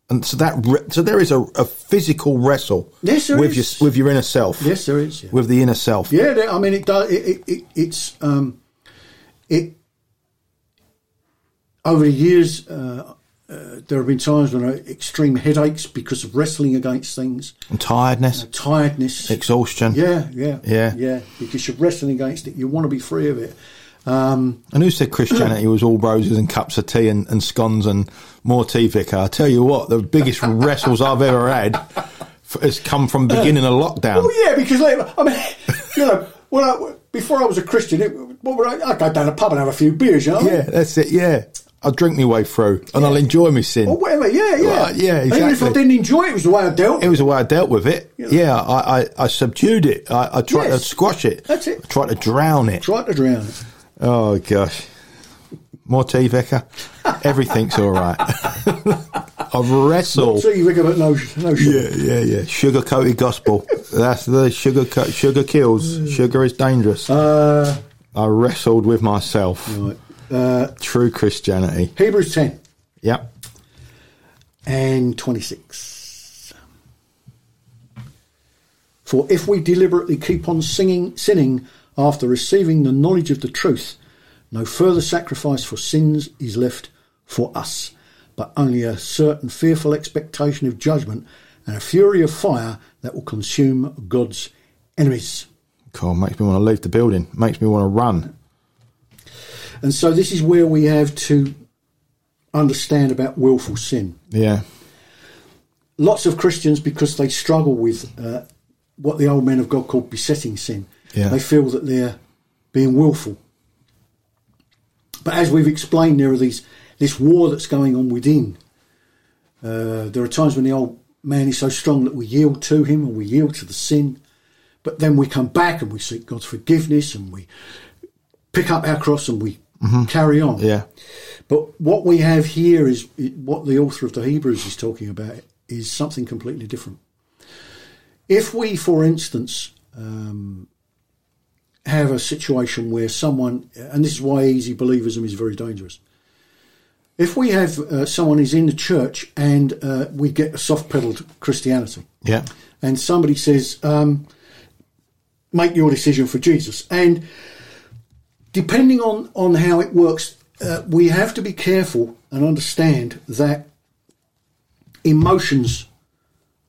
S2: And so that re- so there is a, a physical wrestle
S3: Yes, there
S2: with
S3: is.
S2: your with your inner self.
S3: Yes, there is. Yeah.
S2: with the inner self.
S3: Yeah, they- I mean, it does. It, it, it it's um, it over the years. Uh, uh, there have been times when I had extreme headaches because of wrestling against things,
S2: And tiredness,
S3: tiredness.
S2: exhaustion.
S3: yeah, yeah,
S2: Yeah.
S3: yeah. Because you're wrestling against it, you want to be free of it.
S2: And who said Christianity was all roses and cups of tea and, and scones and more tea, Vicar? I tell you what, the biggest wrestles I've ever had f- has come from beginning of lockdown.
S3: Well, Oh, yeah, because like, I mean, you know, when I, before I was a Christian, it, what would I, I'd go down the pub and have a few beers, you know.
S2: Yeah, that's it. Yeah, I'll drink my way through and I'll enjoy my sin.
S3: Or whatever, yeah, yeah,
S2: Well, yeah,
S3: And Even if I
S2: exactly.
S3: didn't enjoy it, it was the way I dealt.
S2: it was the way I dealt with it. Yeah, I, I, I subdued it. I, I tried
S3: Yes.
S2: to squash it.
S3: That's it.
S2: I tried to drown it.
S3: Tried to drown it.
S2: Oh gosh, more tea, Vicar. Everything's all right. I've wrestled.
S3: So you think about no, no sugar.
S2: Yeah, yeah, yeah. Sugar coated gospel. That's the sugar. Co- sugar kills. Sugar is dangerous.
S3: Uh,
S2: I wrestled with myself.
S3: right. uh,
S2: True Christianity.
S3: Hebrews 10
S2: Yep.
S3: and 26. For if we deliberately keep on singing, sinning after receiving the knowledge of the truth, no further sacrifice for sins is left for us, but only a certain fearful expectation of judgment and a fury of fire that will consume God's enemies.
S2: God makes me want to leave the building. Makes me want to run.
S3: And so this is where we have to understand about willful sin.
S2: Yeah.
S3: lots of Christians because they struggle with uh, what the old men of God called besetting sin.
S2: Yeah.
S3: They feel that they're being willful. But as we've explained, there are these this war that's going on within. Uh, there are times when the old man is so strong that we yield to him and we yield to the sin, but then we come back and we seek God's forgiveness and we pick up our cross and we carry on.
S2: Yeah.
S3: But what we have here is what the author of the Hebrews is talking about is something completely different. If we, for instance, um, have a situation where someone, and this is why easy believism is very dangerous. If we have uh, someone who's in the church and uh, we get a soft pedaled Christianity,
S2: Yeah.
S3: and somebody says, um, "Make your decision for Jesus." And depending on on how it works, uh, we have to be careful and understand that emotions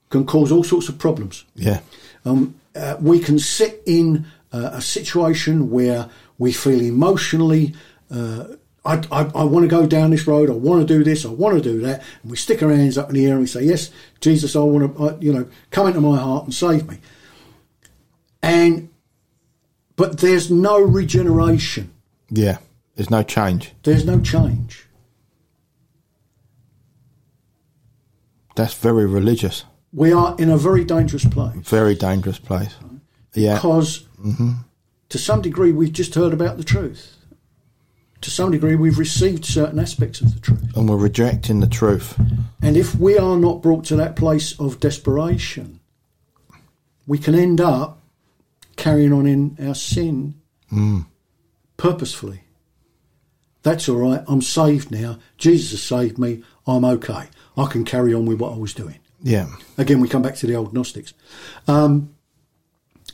S3: can cause all sorts of problems.
S2: Yeah.
S3: Um, uh, we can sit in uh, a situation where we feel emotionally. Uh, I, I, I want to go down this road. I want to do this. I want to do that. And we stick our hands up in the air and we say, "Yes, Jesus, I want to, I, you know, come into my heart and save me." And but there's no regeneration.
S2: Yeah. There's no change.
S3: There's no change.
S2: That's very religious.
S3: We are in a very dangerous place
S2: Very dangerous place. Yeah.
S3: because to some degree we've just heard about the truth. To some degree we've received certain aspects of the truth.
S2: And we're rejecting the truth.
S3: And if we are not brought to that place of desperation, we can end up carrying on in our sin purposefully. That's all right. I'm saved now. Jesus has saved me. I'm okay. I can carry on with what I was doing.
S2: Yeah.
S3: Again, we come back to the old Gnostics. Um,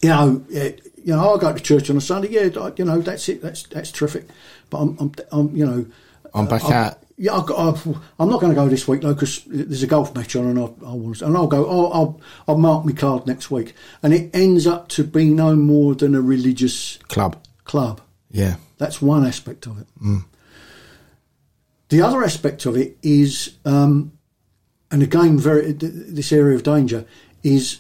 S3: you know, it, you know, I go to church on a Sunday. Yeah, I- you know, that's it. That's that's terrific. But I'm, I'm, I'm you know,
S2: I'm
S3: Uh,
S2: back out.
S3: yeah, I've got, I've, I'm not going to go this week though because there's a golf match on, and I, I want to, and I'll go. Oh, I'll I'll mark my card next week, and it ends up to be no more than a religious
S2: Club.
S3: club.
S2: Yeah.
S3: That's one aspect of it.
S2: Mm.
S3: The other aspect of it is, um, and again, very th- this area of danger is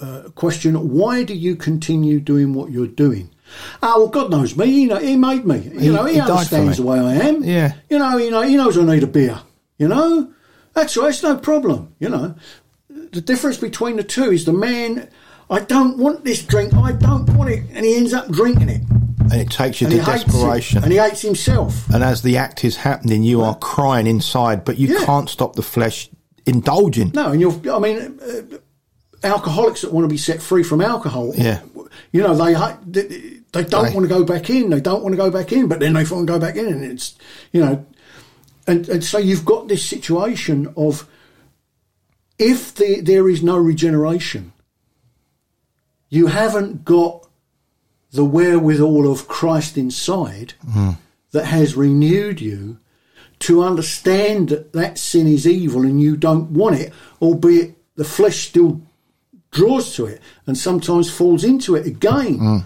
S3: uh, a question: Why do you continue doing what you're doing? Oh well, God knows me. He, know, he made me. You know, he,
S2: he died for
S3: understands
S2: me.
S3: the way I am.
S2: Yeah.
S3: You know, you know, he knows I need a beer. You know, that's all right. It's no problem. You know, the difference between the two is the man. I don't want this drink. I don't want it, and he ends up drinking it.
S2: And it takes you
S3: And
S2: to
S3: he hates it.
S2: desperation.
S3: and he hates himself.
S2: and as the act is happening, you are crying inside, but you
S3: Yeah.
S2: can't stop the flesh indulging.
S3: No, and you're. I mean, uh, alcoholics that want to be set free from alcohol.
S2: Yeah.
S3: You know they ha- they, they don't
S2: Right.
S3: want to go back in. They don't want to go back in, but then they want to go back in, and it's you know, and and so you've got this situation of if the, there is no regeneration, you haven't got the wherewithal of Christ inside
S2: Hmm.
S3: that has renewed you to understand that that sin is evil and you don't want it, albeit the flesh still draws to it and sometimes falls into it again.
S2: Hmm.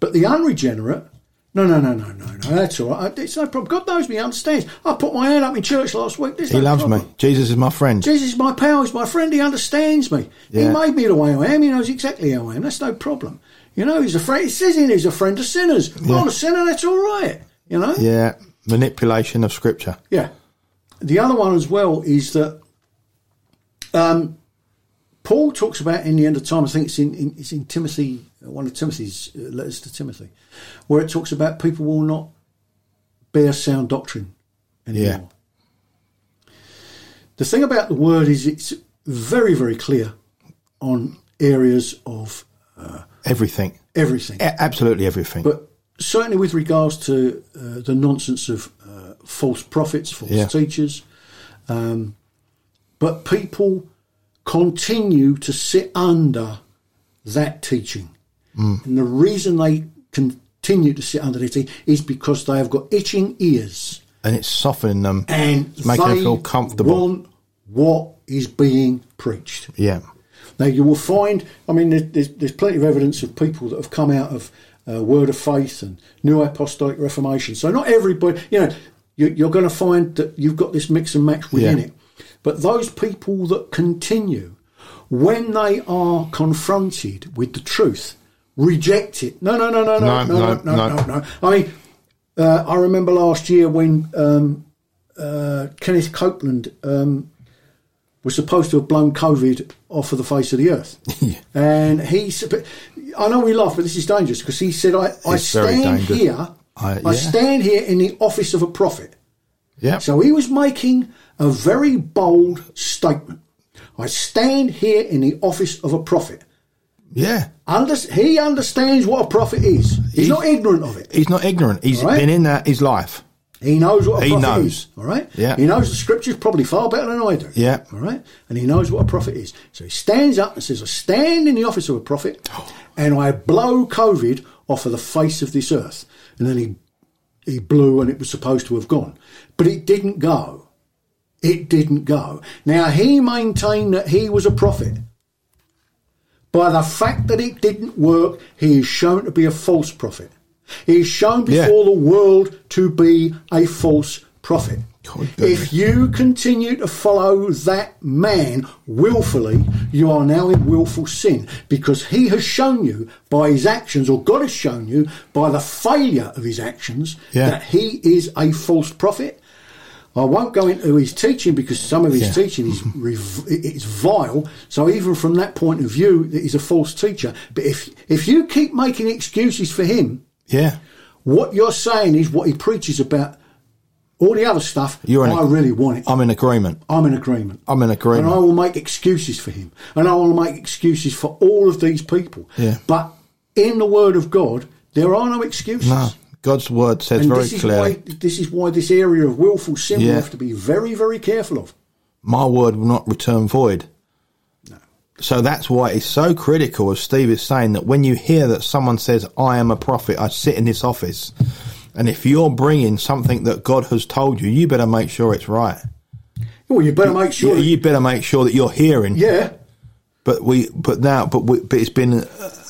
S3: But the unregenerate, no, no, no, no, no, no, that's all right. It's no problem. God knows me, he understands. I put my hand up in church last week. There's
S2: He
S3: no
S2: loves
S3: problem.
S2: me. Jesus is my friend.
S3: Jesus is my pal, he's my friend, he understands me. He
S2: Yeah.
S3: made me the way I am, he knows exactly how I am, that's no problem. You know, he's a friend, it says in he's a friend of sinners. Well, I'm a sinner, that's all right. You know?
S2: Yeah. Manipulation of scripture.
S3: Yeah. The other one as well is that um, Paul talks about in the end of time. I think it's in, in it's in Timothy, one of Timothy's uh, letters to Timothy, where it talks about people will not bear sound doctrine anymore. The thing about the word is it's very very clear on areas of
S2: Everything.
S3: everything.
S2: A- absolutely everything.
S3: But certainly with regards to uh, the nonsense of uh, false prophets, false
S2: Yeah.
S3: teachers, um, but people continue to sit under that teaching.
S2: Mm.
S3: And the reason they continue to sit under their teaching is because they have got itching ears
S2: and it's softening them.
S3: and
S2: Make them
S3: they
S2: feel comfortable.
S3: want what is being preached.
S2: yeah.
S3: Now you will find, I mean, there- there's, there's plenty of evidence of people that have come out of uh, Word of Faith and New Apostolic Reformation. So not everybody, you know, you, you're going to find that you've got this mix and match within
S2: Yeah.
S3: it. But those people that continue, when they are confronted with the truth, reject it. No, no, no, no, no, no, no, no, no. no, I mean, uh, I remember last year when um, uh, Kenneth Copeland um, was supposed to have blown COVID off of the face of the earth. And he, s- but I know we laugh, but this is dangerous because he said, I, I
S2: It's very
S3: stand
S2: dangerous.
S3: here,
S2: I-
S3: I
S2: yeah.
S3: stand here in the office of a prophet.
S2: Yeah.
S3: So he was making a very bold statement. I stand here in the office of a prophet.
S2: yeah.
S3: Under, he understands what a prophet is. He's, not ignorant of it.
S2: He's not ignorant. He's
S3: Right.
S2: been in that his life.
S3: He knows what a
S2: He
S3: prophet
S2: knows.
S3: is. All right.
S2: Yeah.
S3: He knows the scriptures probably far better than I do.
S2: Yeah.
S3: All right. And he knows what a prophet is. So he stands up and says, "I stand in the office of a prophet, and I blow COVID off of the face of this earth." And then he he blew, and it was supposed to have gone, but it didn't go. It didn't go. Now he maintained that he was a prophet. By the fact that it didn't work, he is shown to be a false prophet. He is shown
S2: Yeah.
S3: before the world to be a false profit.
S2: God,
S3: If you continue to follow that man willfully, you are now in willful sin because he has shown you by his actions, or God has shown you by the failure of his actions,
S2: Yeah.
S3: that he is a false prophet. I won't go into his teaching because some of his
S2: Yeah.
S3: teaching is rev- it's vile. So even from that point of view, that he's a false teacher. But if if you keep making excuses for him,
S2: Yeah.
S3: what you're saying is what he preaches about all the other stuff.
S2: You're in
S3: I
S2: a-
S3: really want it.
S2: I'm in agreement.
S3: I'm in agreement.
S2: I'm in agreement.
S3: And I will make excuses for him. And I will make excuses for all of these people.
S2: Yeah.
S3: But in the Word of God, there are no excuses.
S2: No, God's word says
S3: And
S2: very
S3: this is,
S2: clearly,
S3: why, this is why this area of willful sin we
S2: Yeah.
S3: have to be very, very careful of.
S2: my word will not return void. So that's why it's so critical, as Steve is saying, that when you hear that someone says, I am a prophet, I sit in this office, and if you're bringing something that God has told you, you better make sure it's right.
S3: Well, you better make sure.
S2: You, you better make sure that you're hearing.
S3: yeah.
S2: But we, but now, but we, but it's been uh,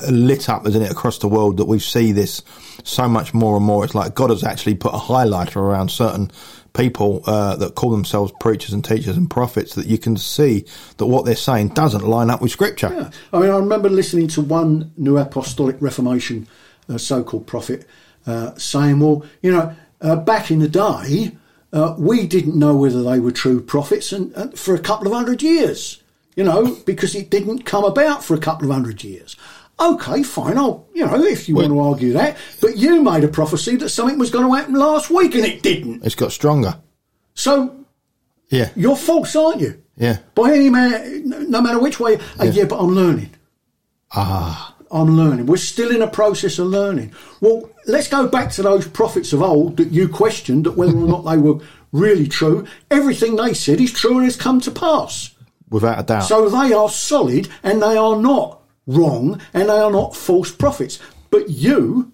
S2: lit up, isn't it, across the world that we see this so much more and more. It's like God has actually put a highlighter around certain people uh, that call themselves preachers and teachers and prophets that you can see that what they're saying doesn't line up with Scripture.
S3: Yeah. I mean, I remember listening to one New Apostolic Reformation uh, so called prophet uh, saying, well, you know, uh, back in the day, uh, we didn't know whether they were true prophets and, and for a couple of hundred years, you know, because it didn't come about for a couple of hundred years. Okay, fine. I'll, you know, if you want to argue that, but you made a prophecy that something was going to happen last week and it didn't.
S2: It's got stronger.
S3: So
S2: Yeah,
S3: you're false, aren't you?
S2: yeah.
S3: By any man, no- no matter which way. uh, yeah, but I'm learning.
S2: Ah,
S3: I'm learning. We're still in a process of learning. Well, let's go back to those prophets of old that you questioned that whether or not they were really true. Everything they said is true and has come to pass.
S2: without a doubt.
S3: So they are solid and they are not wrong and they are not false prophets. But you,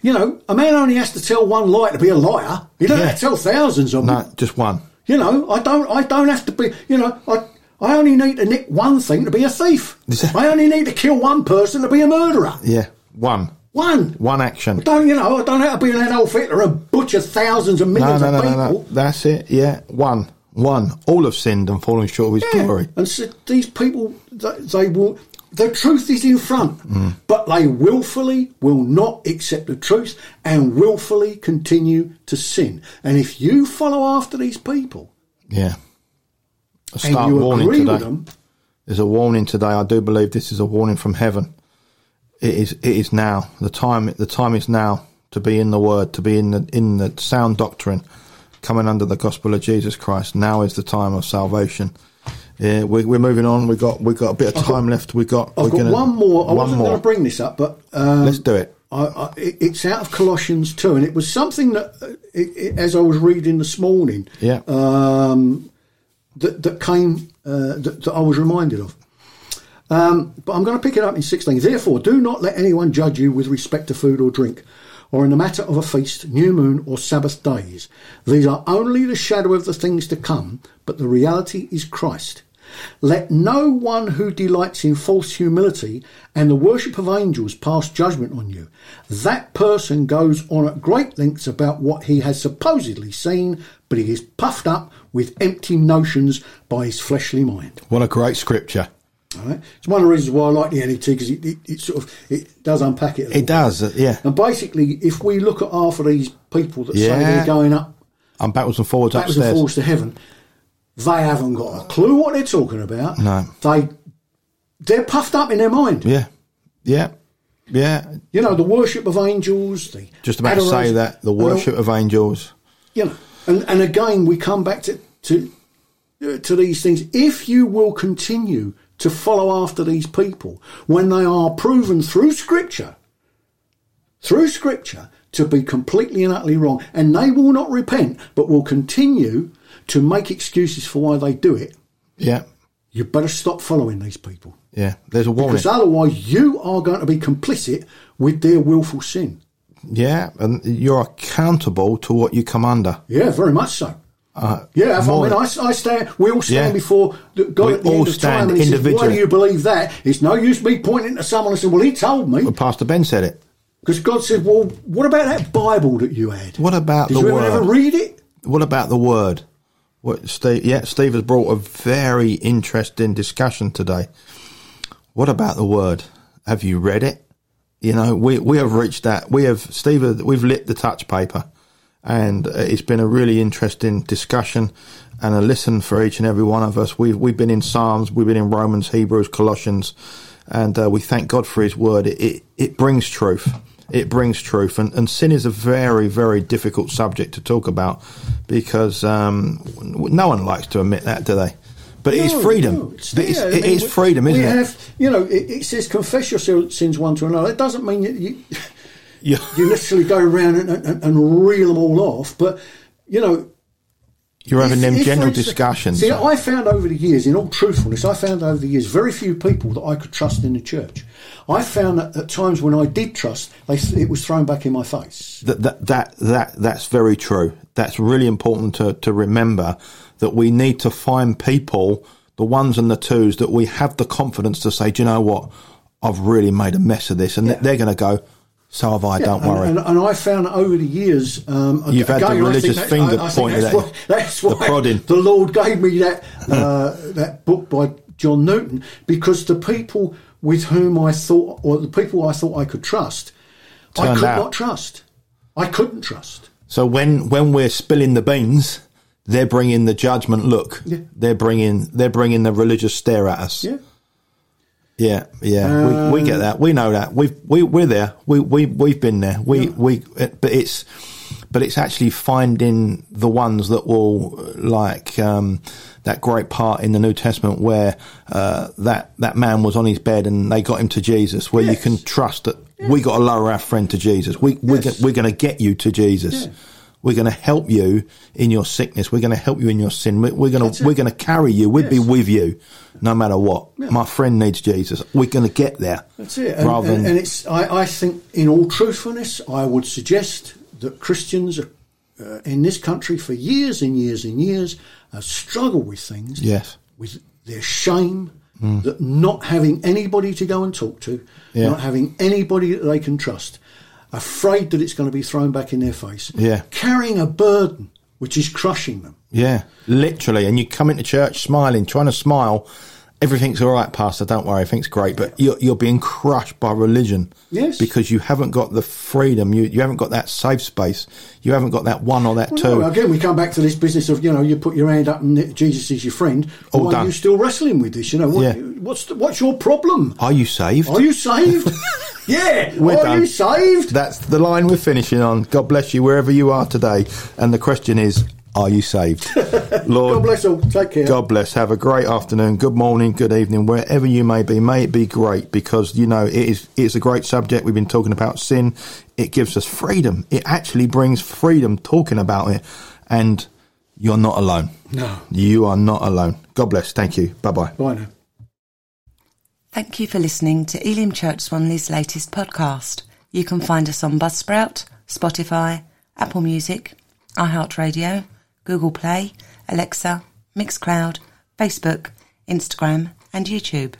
S3: you know, a man only has to tell one lie to be a liar. He doesn't have to tell thousands of them.
S2: no, just one.
S3: You know, I don't, I don't have to be. You know, I, I only need to nick one thing to be a thief. I only need to kill one person to be a murderer.
S2: Yeah, one,
S3: One.
S2: one action.
S3: Don't you know? I don't have to be an Adolf Hitler and butcher thousands and
S2: No,
S3: millions
S2: no, no,
S3: of
S2: no,
S3: people.
S2: no. That's it. Yeah, one, one. All have sinned and fallen short of His
S3: Yeah.
S2: glory.
S3: And so these people, they, they will. The truth is in front,
S2: Mm.
S3: but they willfully will not accept the truth and willfully continue to sin. And if you follow after these people
S2: Yeah. A
S3: and
S2: stark
S3: you
S2: warning
S3: agree
S2: today.
S3: with them,
S2: There's a warning today. I do believe this is a warning from heaven. It is. It is now. The time. The time is now to be in the Word, to be in the in the sound doctrine, coming under the gospel of Jesus Christ. Now is the time of salvation. Yeah, we, we're moving on. We got we got a bit of time left. We got.
S3: I've
S2: we're
S3: got
S2: gonna,
S3: one more. I
S2: one
S3: wasn't
S2: more.
S3: going to bring this up, but um,
S2: Let's do it.
S3: I, I, it- it's out of Colossians 2, and it was something that, uh, it, it, as I was reading this morning,
S2: Yeah.
S3: um, that, that came, uh, that, that I was reminded of. Um, but I'm going to pick it up in 16. Therefore, do not let anyone judge you with respect to food or drink, or in the matter of a feast, new moon, or Sabbath days. These are only the shadow of the things to come, but the reality is Christ. Let no one who delights in false humility and the worship of angels pass judgment on you. That person goes on at great lengths about what he has supposedly seen, but he is puffed up with empty notions by his fleshly mind.
S2: What a great scripture.
S3: All right? It's one of the reasons why I like the NET because it, it, it sort of it does unpack it. a
S2: It
S3: little.
S2: does. uh, Yeah.
S3: And basically, if we look at half of these people that say
S2: Yeah.
S3: they're going up
S2: I'm backwards and forwards
S3: backwards
S2: upstairs.
S3: and forwards to heaven, they haven't got a clue what they're talking about.
S2: No.
S3: they they're puffed up in their mind.
S2: Yeah. Yeah. Yeah.
S3: You know, the worship of angels. The
S2: Just about to say
S3: adoration-
S2: that the
S3: and all-
S2: worship of angels.
S3: you know, and, and again, we come back to, to uh, to these things. If you will continue to follow after these people when they are proven through Scripture, through Scripture, to be completely and utterly wrong, and they will not repent, but will continue to make excuses for why they do it,
S2: Yeah.
S3: you better stop following these people.
S2: Yeah. There's a warning.
S3: Because otherwise, you are going to be complicit with their willful sin.
S2: Yeah, and you're accountable to what you come under.
S3: Yeah, very much so.
S2: Uh,
S3: Yeah, if, I
S2: more
S3: mean,
S2: than-
S3: I, I stand. We all stand
S2: Yeah.
S3: before the God
S2: We
S3: at the
S2: all
S3: end of
S2: stand
S3: time, and he says, "Why do
S2: individually.
S3: you believe that?" It's no use me pointing to someone and saying, "Well, he told me,"
S2: Well, Pastor Ben said it.
S3: because God said, "Well, what about that Bible that you had?
S2: What about
S3: Did
S2: the
S3: you ever,
S2: Word?
S3: ever read it?
S2: what about the word? What Steve? Yeah, Steve has brought a very interesting discussion today. What about the word? Have you read it? You know, we we have reached that. We have Steve. We've lit the touch paper, and it's been a really interesting discussion and a listen for each and every one of us. We've we've been in Psalms, we've been in Romans, Hebrews, Colossians, and uh, we thank God for His Word. It, it it brings truth. It brings truth, and and sin is a very very difficult subject to talk about because um, no one likes to admit that, do they? But it is
S3: No,
S2: freedom.
S3: no, it's-
S2: But it's,
S3: yeah, I
S2: it
S3: mean,
S2: is
S3: we-
S2: freedom, isn't
S3: we
S2: it?
S3: Have, you know, it, it says confess your sin- sins one to another. It doesn't mean that you,
S2: Yeah.
S3: you literally go around and, and, and reel them all off, but you know,
S2: You're having
S3: If-
S2: them
S3: if, for
S2: general
S3: instance-
S2: discussions.
S3: See, I found over the years, in all truthfulness, I found over the years very few people that I could trust in the church. I found that at times when I did trust, they, it was thrown back in my face.
S2: that, that that that that's very true. That's really important to to remember that we need to find people, the ones and the twos, that we have the confidence to say, do you know what, I've really made a mess of this, and they're going to go, so have I. don't
S3: And,
S2: worry.
S3: and, and I found that over the years, um,
S2: You've had the
S3: again, I think
S2: religious
S3: that-
S2: finger
S3: I- I think
S2: pointed
S3: that's
S2: at you.
S3: why- That's why
S2: The prodding.
S3: the Lord gave me that uh, that book by John Newton because the people with whom I thought, or the people I thought I could trust, I
S2: Turned
S3: could
S2: out.
S3: not trust. I couldn't trust.
S2: so when when we're spilling the beans, they're bringing the judgment look.
S3: Yeah.
S2: They're bringing they're bringing the religious stare at us.
S3: Yeah.
S2: Yeah, yeah, we, we get that. We know that. We've we we're there. We we we've been there. We we it- but it's but it's actually finding the ones that will like um, that great part in the New Testament where uh, that that man was on his bed and they got him to Jesus, where you
S3: Yes.
S2: can trust that we got to lower our friend to Jesus. We we're,
S3: Yes.
S2: go- we're going to get you to Jesus.
S3: Yeah.
S2: We're going to help you in your sickness. We're going to help you in your sin. We- We're going
S3: That's
S2: to
S3: it.
S2: we're going to carry you. We'll be
S3: Yes.
S2: with you, no matter what. My friend needs Jesus. We're going to get there.
S3: That's it. And,
S2: rather
S3: and,
S2: than
S3: and it's, I, I think, in all truthfulness, I would suggest that Christians are, uh, in this country for years and years and years have struggled with things,
S2: yes,
S3: with their shame, that not having anybody to go and talk to,
S2: Hmm. Yeah.
S3: not having anybody that they can trust, afraid that it's going to be thrown back in their face,
S2: Yeah.
S3: carrying a burden which is crushing them.
S2: yeah, literally. And you come into church smiling, trying to smile. Everything's all right, Pastor. Don't worry, everything's great. But you're, you're being crushed by religion,
S3: Yes.
S2: because you haven't got the freedom. You you haven't got that safe space. You haven't got that one or that two.
S3: Well, again, we come back to this business of you know you put your hand up and Jesus is your friend.
S2: All
S3: Why
S2: done.
S3: are you still wrestling with this? You know what,
S2: Yeah.
S3: what's the, what's your problem?
S2: Are you saved?
S3: Are you saved? yeah,
S2: We're
S3: are
S2: done.
S3: you saved?
S2: That's the line we're finishing on. God bless you wherever you are today. And the question is, are you saved? Lord,
S3: God bless all. Take care.
S2: God bless. Have a great afternoon. Good morning. Good evening. Wherever you may be, may it be great because you know it is. It's a great subject. We've been talking about sin. It gives us freedom. It actually brings freedom talking about it. And you're not alone.
S3: No.
S2: you are not alone. God bless. Thank you. Bye bye.
S3: Bye now.
S4: Thank you for listening to Elim Church Swanley's latest podcast. You can find us on Buzzsprout, Spotify, Apple Music, iHeartRadio, Google Play, Alexa, Mixcloud, Facebook, Instagram, and YouTube.